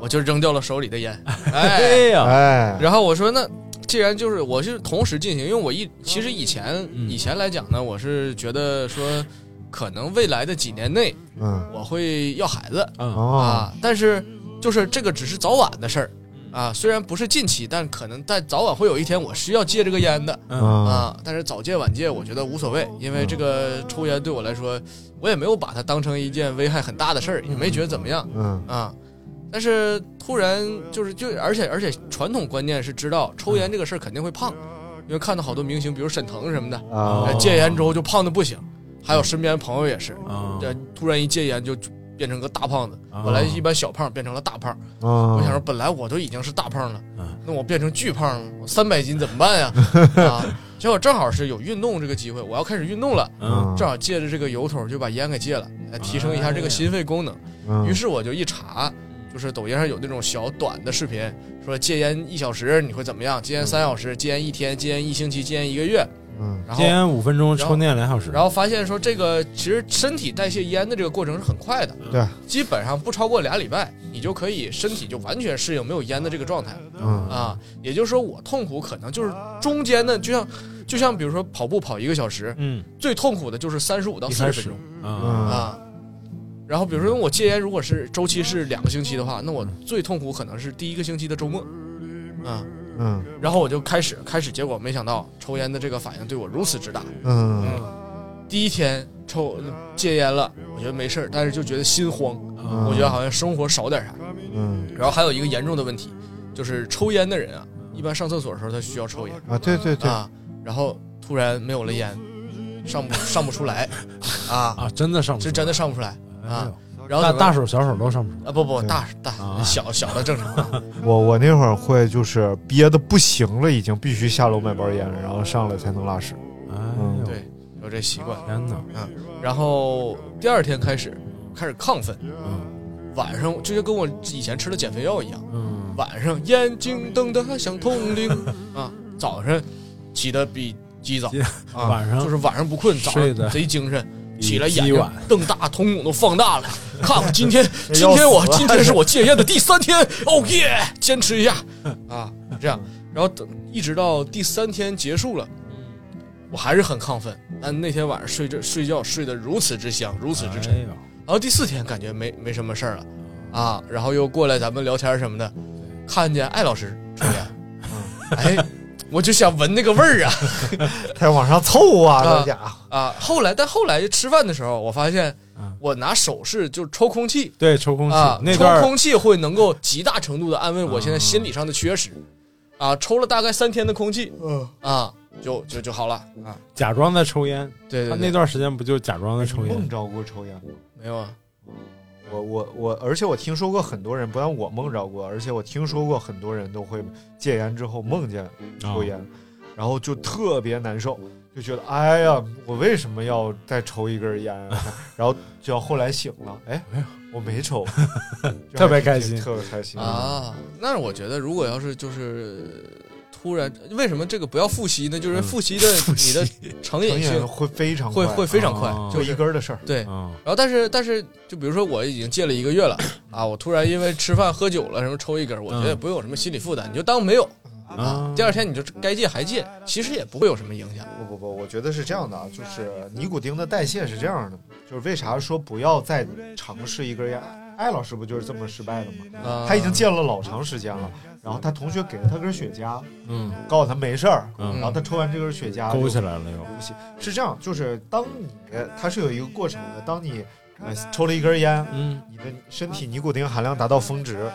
C: 我就扔掉了手里的烟，
D: 哎
C: 哎，
D: 呀，
B: 哎，
C: 然后我说那。既然就是我是同时进行，因为我一其实以前
D: 嗯
C: 以前来讲呢，我是觉得说，可能未来的几年内
B: 嗯，
C: 我会要孩子，
D: 嗯，
B: 哦，
C: 啊，但是就是这个只是早晚的事儿啊，虽然不是近期，但可能在早晚会有一天我需要戒这个烟的
D: 嗯，
C: 啊。但是早戒晚戒，我觉得无所谓，因为这个抽烟对我来说，我也没有把它当成一件危害很大的事儿，也没觉得怎么样
B: 嗯，
C: 啊。但是突然就是就而且而且传统观念是知道抽烟这个事儿肯定会胖，因为看到好多明星，比如沈腾什么的，
B: 啊
C: 呃，
D: 哦
C: 戒烟之后就胖的不行，还有身边朋友也是，
D: 啊
C: 这突然一戒烟就变成个大胖子，
D: 啊
C: 本来一般小胖变成了大胖。我想说，
B: 啊，
C: 本来我都已经是大胖了
D: 嗯，
C: 那我变成巨胖了，我三百斤怎么办呀？啊，结果正好是有运动这个机会，我要开始运动了，
B: 啊
D: 嗯
C: 正好借着这个由头就把烟给戒了，来提升一下这个心肺功
B: 哎
C: 能。
B: 嗯
C: 于是我就一查，就是抖音上有那种小短的视频，说戒烟一小时你会怎么样？戒烟三小时，戒烟一天，戒烟一星期，戒烟一个月。
B: 嗯，
C: 然后
D: 戒烟五分钟，抽电两小时，
C: 然后发现说，这个其实身体代谢烟的这个过程是很快的，
B: 对，
C: 基本上不超过俩礼拜，你就可以身体就完全适应没有烟的这个状态
B: 嗯
C: 啊。也就是说，我痛苦可能就是中间的，就像就像比如说跑步跑一个小时，
D: 嗯，
C: 最痛苦的就是三十五到
D: 一
C: 四
D: 开
C: 十分
D: 始
C: 钟
D: 啊，
B: 嗯
C: 啊。然后比如说我戒烟，如果是周期是两个星期的话，那我最痛苦可能是第一个星期的周末啊。
B: 嗯
C: 然后我就开始开始，结果没想到抽烟的这个反应对我如此之大，
B: 嗯
C: 嗯，第一天抽呃戒烟了，我觉得没事儿，但是就觉得心慌，嗯我觉得好像生活少点啥。
B: 嗯
C: 然后还有一个严重的问题，就是抽烟的人啊，一般上厕所的时候他需要抽烟
B: 啊，对对对，
C: 啊，然后突然没有了烟，上不上不出来啊，
D: 啊，真的上不哎
C: 是真的上不出来啊。然后
D: 大
C: 怎么
D: 大手小手都上不出
C: 啊不不
B: 对
C: 大大
D: 啊
C: 小小的正常啊
B: 我我那会儿会就是憋的不行了，已经必须下楼买包烟，然后上来才能拉屎。
D: 来，
B: 嗯
D: 哎呦，
C: 对，有这习惯。
D: 天哪，
C: 然后第二天开始开始亢奋，
D: 嗯
C: 晚上就就跟我以前吃的减肥药一样。
D: 嗯，
C: 晚上眼睛瞪得像铜铃啊，早上起得比鸡早
D: 鸡
C: 啊，
D: 晚上
C: 就是晚上不困，早
D: 睡得
C: 上贼精神，
D: 比
C: 起来眼
D: 鸡
C: 睛
D: 晚
C: 瞪大，瞳孔都放大 了。看我今天，今
B: 要死
C: 天我
B: 了
C: 今天是我戒烟的第三天，哦耶，坚持一下啊，这样，然后等一直到第三天结束了，我还是很亢奋，但那天晚上睡着睡觉睡得如此之香，如此之沉
D: 哎。呦，
C: 然后第四天感觉没没什么事儿了，啊，然后又过来咱们聊天什么的，看见艾老师抽 烟，哎，我就想闻那个味儿啊
B: 他往上凑啊，
C: 啊
B: 这家伙，
C: 啊！后来但后来吃饭的时候，我发现
D: 嗯
C: 我拿手势就抽空气
D: 对，抽空气
C: 啊，
D: 那
C: 抽
D: 段儿啊
C: 空气会能够极大程度的安慰我现在心理上的缺失，啊，抽了大概三天的空气
B: 嗯，
C: 啊，就就就好了啊，
D: 假装在抽烟，
C: 对
D: 他
C: 对
D: 啊那
C: 对，
D: 段时间不就假装在抽
B: 梦
D: 烟？
B: 着过抽烟吗？
C: 没有啊，
B: 我我我，而且我听说过很多人，不但我梦着过，而且我听说过很多人都会戒烟之后梦见
D: 啊
B: 抽烟，然后就特别难受，就觉得哎呀，我为什么要再抽一根烟啊？然后就要后来醒了，哎，我没抽，就还
D: 特别开心
B: 挺特别开心
C: 啊，那我觉得如果要是就是突然，为什么这个不要复吸呢？就是
D: 嗯
C: 复吸的 你的成
B: 成
C: 瘾
B: 瘾
C: 性
B: 会非常
C: 会
B: 快啊
C: 会非常快
D: 哦，
C: 就
B: 就
C: 一
B: 一
C: 个
B: 根儿的事儿，
C: 对。
D: 啊，
C: 然后但是但是就比如说我已经戒了一个月了 啊，我突然因为吃饭喝酒了什么抽一根儿，我觉得也
D: 嗯
C: 不用有什么心理负担，你就当没有啊
D: 啊。
C: 第二天你就该戒还戒，其实也不会有什么影响。
B: 不不不，我觉得是这样的啊，就是尼古丁的代谢是这样的，就是为啥说不要再尝试一根烟？艾老师不就是这么失败的吗？
C: 啊
B: 他已经戒了老长时间了，然后他同学给了他根雪茄，
D: 嗯，
B: 告诉他没事儿，
D: 嗯
B: 然后他抽完这根雪茄
D: 勾起
B: 来。
D: 来了又，
B: 是这样，就是当你它是有一个过程的，当你呃抽了一根烟，
D: 嗯，
B: 你的身体尼古丁含量达到峰值，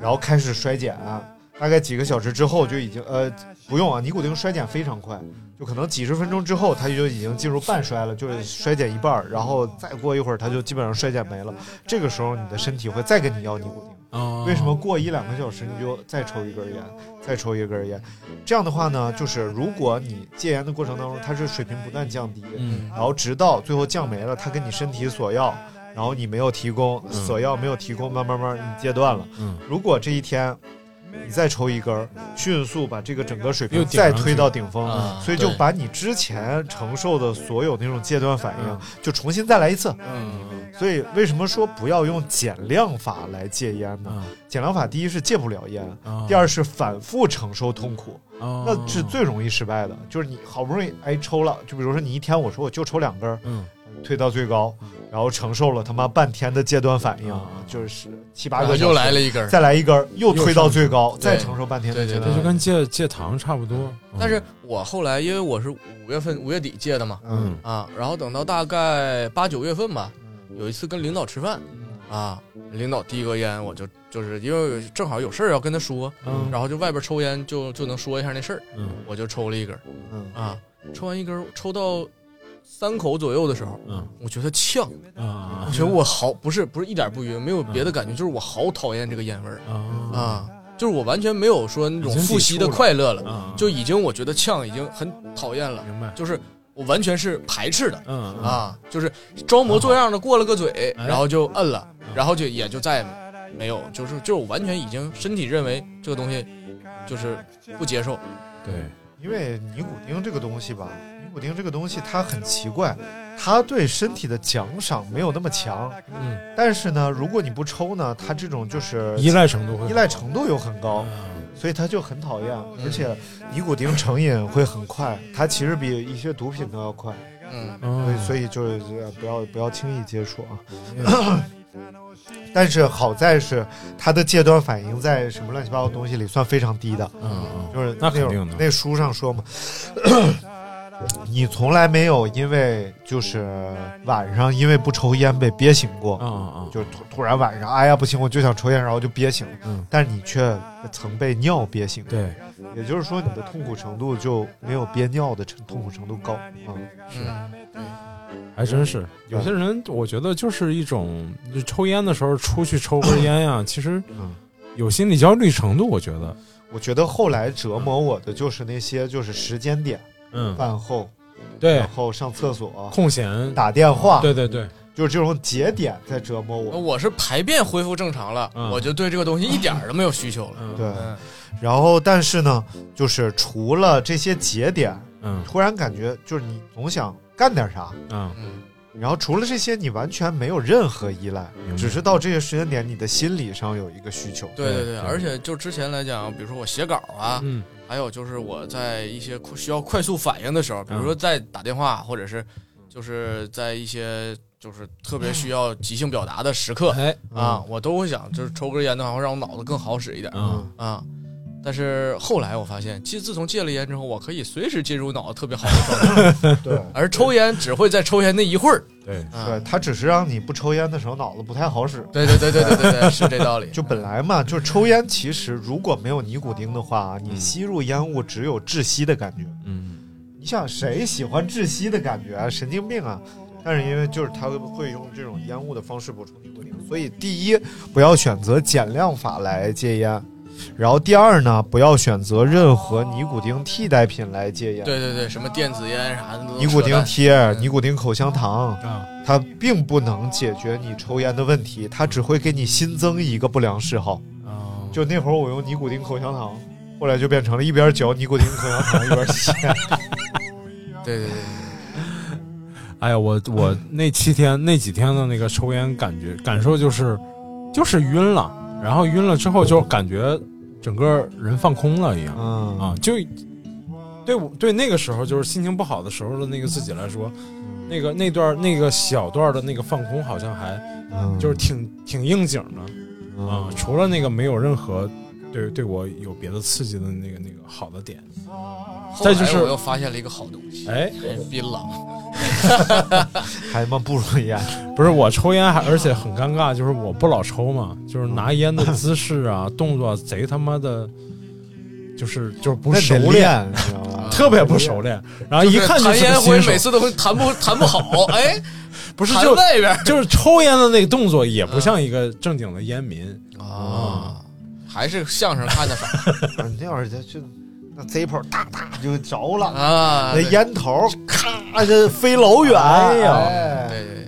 B: 然后开始衰减，啊大概几个小时之后就已经呃不用啊，尼古丁衰减非常快，就可能几十分钟之后它就已经进入半衰了，就是衰减一半儿，然后再过一会儿它就基本上衰减没了。这个时候你的身体会再跟你要尼古丁。
D: 啊
B: 为什么过一两个小时你就再抽一根烟，再抽一根烟？这样的话呢，就是如果你戒烟的过程当中，它是水平不断降低，
D: 嗯
B: 然后直到最后降没了，它跟你身体索要，然后你没有提供
D: 嗯
B: 索要没有提供，慢慢慢慢你戒断了。
D: 嗯
B: 如果这一天你再抽一根儿，迅速把这个整个水平
D: 又顶上
B: 再
D: 去
B: 推到顶峰，
C: 啊
B: 所以就
C: 对
B: 把你之前承受的所有那种戒断反应
D: 嗯
B: 就重新再来一次。
C: 嗯
B: 所以为什么说不要用减量法来戒烟呢？
D: 啊
B: 减量法第一是戒不了烟，
D: 啊
B: 第二是反复承受痛苦，
C: 哦
D: 啊
B: 那是最容易失败的。就是你好不容易哎抽了，就比如说你一天我说我就抽两根儿，
D: 嗯
B: 推到最高，然后承受了他妈半天的戒断反应
D: 啊，
B: 就是七八
C: 然后
B: 个
C: 啊又
B: 小时，
C: 来了一根儿，
B: 再来一根儿，又推到最高，
C: 上去
B: 再承受半天的戒
C: 对
D: 这
B: 断
D: 就
B: 反应。
D: 跟戒戒糖差不多，
B: 嗯
C: 但是我后来因为我是五月份五月底戒的嘛，
B: 嗯
C: 啊，然后等到大概八九月份吧，
D: 嗯
C: 有一次跟领导吃饭，啊，领导递一个烟，我就就是因为正好有事儿要跟他说，
D: 嗯
C: 然后就外边抽烟就就能说一下那事儿，
D: 嗯
C: 我就抽了一根儿
B: 嗯
C: 啊，抽完一根儿，抽到三口左右的时候，
D: 嗯
C: 我觉得呛，
D: 啊嗯
C: 我觉得我好不是不是一点不晕，没有别的感觉，就是我好讨厌这个烟味儿
D: 啊
C: 啊，就是我完全没有说那种
D: 已经抵
C: 复习的
D: 触了
C: 快乐了，
D: 啊，
C: 就已经我觉得呛已经很讨厌了，
D: 明白，
C: 就是我完全是排斥的
D: 嗯嗯
C: 啊，就是装模作样的过了个嘴，
D: 哎
C: 然后就摁了，然后就也就再也没有，就是就是我完全已经身体认为这个东西就是不接受，
D: 对，
B: 因为尼古丁这个东西吧，尼古丁这个东西它很奇怪，它对身体的奖赏没有那么强，
D: 嗯，
B: 但是呢，如果你不抽呢，它这种就是
D: 依赖程度会
B: 依赖程度又很高，
D: 嗯
B: 所以它就很讨厌。而且尼古丁成瘾会很快，它其实比一些毒品都要快，
C: 嗯
B: 所以
D: 嗯，
B: 所以就是呃不要不要轻易接触啊。
D: 嗯
B: 但是好在是它的戒断反应在什么乱七八糟东西里算非常低的，
D: 嗯
B: 就是
D: 那
B: 那
D: 肯
B: 种
D: 定的
B: 那书上说嘛， 你从来没有因为就是晚上因为不抽烟被憋醒过，
D: 嗯嗯
B: 就是突突然晚上哎呀不行，我就想抽烟，然后就憋醒了。
D: 嗯
B: 但你却曾被尿憋醒，
D: 对，
B: 也就是说你的痛苦程度就没有憋尿的程痛苦程度高啊。嗯
C: 嗯，
D: 还真是有些人，我觉得就是一种，就抽烟的时候出去抽根烟 呀，其实
B: 嗯
D: 有心理焦虑程度，我觉得，
B: 我觉得后来折磨我的就是那些就是时间点，
D: 嗯，
B: 饭后，
D: 对
B: 然，后上厕所、
D: 空闲，
B: 打电话，
D: 对对对，
B: 就是这种节点在折磨我。
C: 我是排便恢复正常了，
D: 嗯
C: 我就对这个东西一点儿都没有需求了。
D: 嗯，
B: 对，
C: 嗯
B: 然后但是呢，就是除了这些节点，
D: 嗯
B: 突然感觉就是你总想干点啥，
D: 嗯，
C: 嗯
B: 然后除了这些，你完全没有任何依赖
D: 明白，
B: 只是到这些时间点，你的心理上有一个需求。
C: 对对
D: 对
C: 对，而且就之前来讲，比如说我写稿啊，
D: 嗯
C: 还有就是我在一些快需要快速反应的时候，比如
D: 嗯
C: 说在打电话，或者是就是在一些就是特别
D: 嗯
C: 需要即兴表达的时刻
D: 哎，
C: 啊，我都会想就是抽根烟的话，会让我脑子更好使一点
D: 嗯，
C: 啊。但是后来我发现，其实自从戒了烟之后，我可以随时进入脑子特别好的状态，
B: 对，
C: 而抽烟只会在抽烟那一会儿。
D: 对，
C: 啊
B: 对，，它只是让你不抽烟的时候脑子不太好使。
C: 对对对对对对 对，是这道理。
B: 就本来嘛，就是抽烟，其实如果没有尼古丁的话，你吸入烟雾只有窒息的感觉。
D: 嗯，
B: 你想谁喜欢窒息的感觉啊？神经病啊！但是因为就是他会用这种烟雾的方式补充尼古丁，所以第一不要选择减量法来戒烟，然后第二呢，不要选择任何尼古丁替代品来戒烟。
C: 对对对，什么电子烟啥的都
B: 尼古
C: 扯
B: 丁
C: 淡嗯
B: 贴、尼古丁口香糖，
D: 啊
B: 它并不能解决你抽烟的问题，它只会给你新增一个不良嗜好。
D: 啊，
B: 就那会儿我用尼古丁口香糖，后来就变成了一边嚼尼古丁口香糖一边吸。
C: 对对对对。
D: 哎呀，我我那七天那几天的那个抽烟感觉感受就是，就是晕了，然后晕了之后就感觉整个人放空了一样
B: 嗯
D: 啊，就对我对那个时候就是心情不好的时候的那个自己来说，那个那段那个小段的那个放空好像还
B: 嗯
D: 就是挺挺应景的啊，除了那个没有任何对对我有别的刺激的那个那个好的点，
C: 后
D: 再
C: 来
D: 就是
C: 我又发现了一个好东 西，
D: 哎，
C: 槟榔。
B: 还他妈不如烟。
D: 不是我抽烟还，而且很尴
C: 嗯
D: 尬，就是我不老抽嘛，就是拿烟的姿势啊、动作啊贼他妈的，就是 就是不
B: 那
D: 熟
B: 得
D: 练，
B: 练，你知道吗？
D: 特别不熟练，然后啊一
C: 就是
D: 看就
C: 弹
D: 是
C: 烟
D: 个
C: 灰，
D: 新手
C: 每，次都会弹不弹不好，哎，
D: 不是
C: 弹嗯
D: 就
C: 外边
D: 就是抽烟的那个动作也不像一个正经的烟民，
C: 啊，还是相声看的少
B: 啊你那会儿就就那 Zippo 哒哒就着了，
C: 啊。
B: 那
C: 对
B: 烟头咔就飞老远。
D: 哎呀
B: 呀，
C: 对对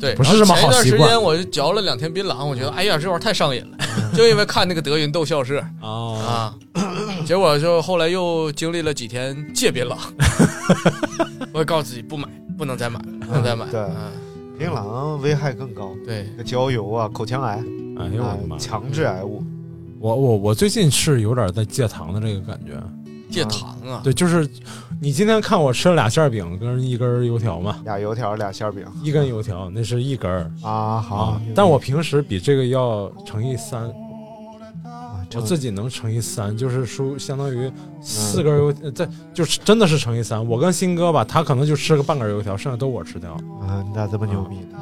C: 对，
D: 不是什么好
C: 然后前一
D: 习
C: 段时
D: 惯
C: 间我就嚼了两天槟榔，我觉得哎呀，这玩意儿太上 瘾了，就因为看那个德云斗笑社
D: 啊，
C: 啊。结果就后来又经历了几天戒槟榔， 我也告诉自己不买，不能再买，不能再买。
B: 对
C: 嗯
B: 槟榔危害更高，
C: 对，
B: 那焦油啊、口腔癌
D: 哎呦我
B: 啊
D: 的妈！
B: 强致癌物。
D: 我我我最近是有点在戒糖的这个感觉，
C: 戒糖啊，
D: 对，就是你今天看我吃了俩馅儿饼跟一根儿油条嘛，
B: 俩油条，俩馅儿饼
D: 一根油条那是一根儿
B: 啊，好
D: 啊，，但我平时比这个要乘以三。
B: 啊
D: 我
B: 这
D: 自己能乘以三，就是说相当于四根油，这、就是真的是乘以三。我跟新哥吧，他可能就吃个半根油条，剩下都我吃掉，
B: 啊，你咋这么牛逼呢？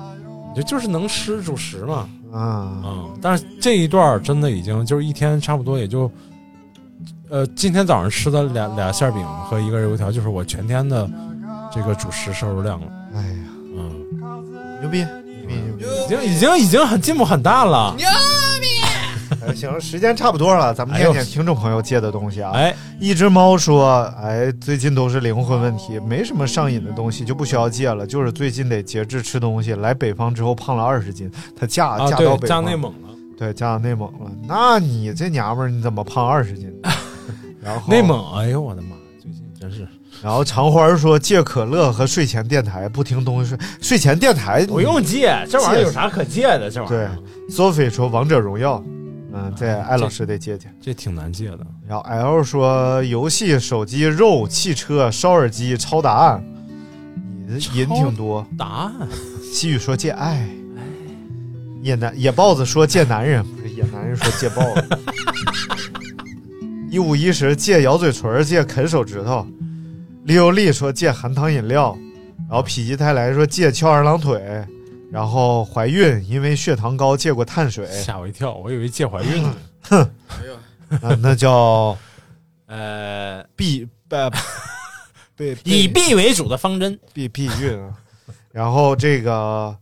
D: 就就是能吃主食嘛，
B: 啊，
D: 嗯。但是这一段儿真的已经就是一天差不多也就，呃，今天早上吃的俩俩馅儿饼和一根油条，就是我全天的这个主食摄入量了，
B: 哎呀，
D: 嗯，
B: 牛逼，牛逼，牛逼！
D: 已经已经已经很进步很大了，
C: 牛逼！
B: 哎那行，时间差不多了，咱们
D: 嗯哎呦
B: 念念听众朋友借的东西啊。
D: 哎，
B: 一只猫说：“哎，最近都是灵魂问题，没什么上瘾的东西就不需要戒了，就是最近得节制吃东西。来北方之后胖了二十斤，她嫁、
D: 啊，
B: 嫁到
D: 对，
B: 北
D: 加
B: 方，
D: 内蒙了，
B: 对，嫁到内蒙了。那你这娘们儿你怎么胖二十斤？ 然后
D: 内，蒙，哎呦我的妈，最近真是
B: 然后长花儿说戒可乐和睡前电台，不听东西睡睡前电台
D: 不用戒，这玩意儿有啥可戒的？这玩意
B: 对
D: 儿，
B: Sophie 说王者荣耀，嗯，这艾老师得戒戒。”
D: 这挺难戒的。
B: 然后 L 说游戏、手机、肉、汽车、烧耳机、抄答案，你这瘾挺多。
D: 答案
B: 西雨说戒爱，野男野豹子说戒男人，不是野男人说戒豹子。一五一十戒咬嘴唇，戒啃手指头。六力说戒含糖饮料，然后否极泰来说戒翘二郎腿，然后怀孕因为血糖高戒过碳水，
D: 吓我一跳，我以为戒怀孕呢。
B: 那那叫
E: 呃，
B: 避 呃被被
E: 以避为主的方针，
B: 避避孕啊，然后这个，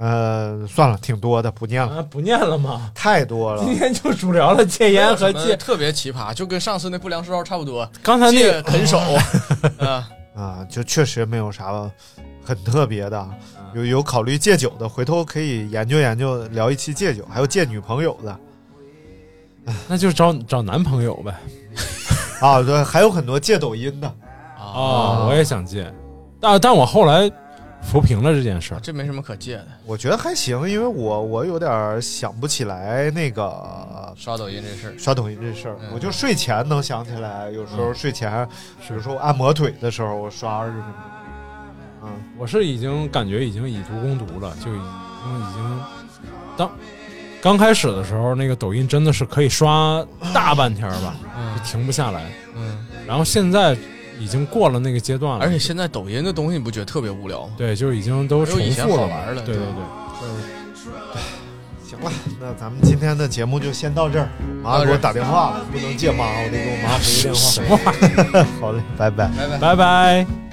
B: 呃，算了，挺多的，不念了，
D: 啊，不念了吗？
B: 太多了
E: 今。天就主聊了戒烟和
C: 什么
E: 戒。
C: 特别奇葩，就跟上次那不良嗜好差不多，
E: 刚才那
C: 戒
E: 个
C: 啃 手，啊，
B: 啊，就确实没有啥很特别的，啊有有考虑戒酒的，回头可以研究研究，聊一期戒酒，还有戒女朋友的
D: 那就找找男朋友呗。
B: 啊，对，还有很多戒抖音的，
D: 啊，我也想戒，但但我后来扶贫了这件事儿。
C: 这没什么可戒的。
B: 我觉得还行，因为我我有点儿想不起来那个
C: 刷抖音这事儿，
B: 刷抖音这事儿，
C: 嗯
B: 我就睡前能想起来，有时候睡前，比如说我按摩腿的时候，我刷二十分钟，嗯。
D: 我是已经感觉已经以毒攻毒了，就已经已经当刚开始的时候，那个抖音真的是可以刷大半天儿吧，
C: 嗯
D: 就停不下来。
C: 嗯，
D: 然后现在已经过了那个阶段了，
C: 而且现在抖音的东西你不觉得特别无聊吗？
D: 对，就已经都重
C: 没有以前
D: 复
C: 好
D: 了嘛，
C: 玩了
D: 对
C: 对
D: 对，
B: 行了，那咱们今天的节目就先到这儿。妈给我打电话了，不能接妈，我得给我妈回个电话。
D: 什么玩意儿？
B: 好嘞，拜拜。
D: 拜拜。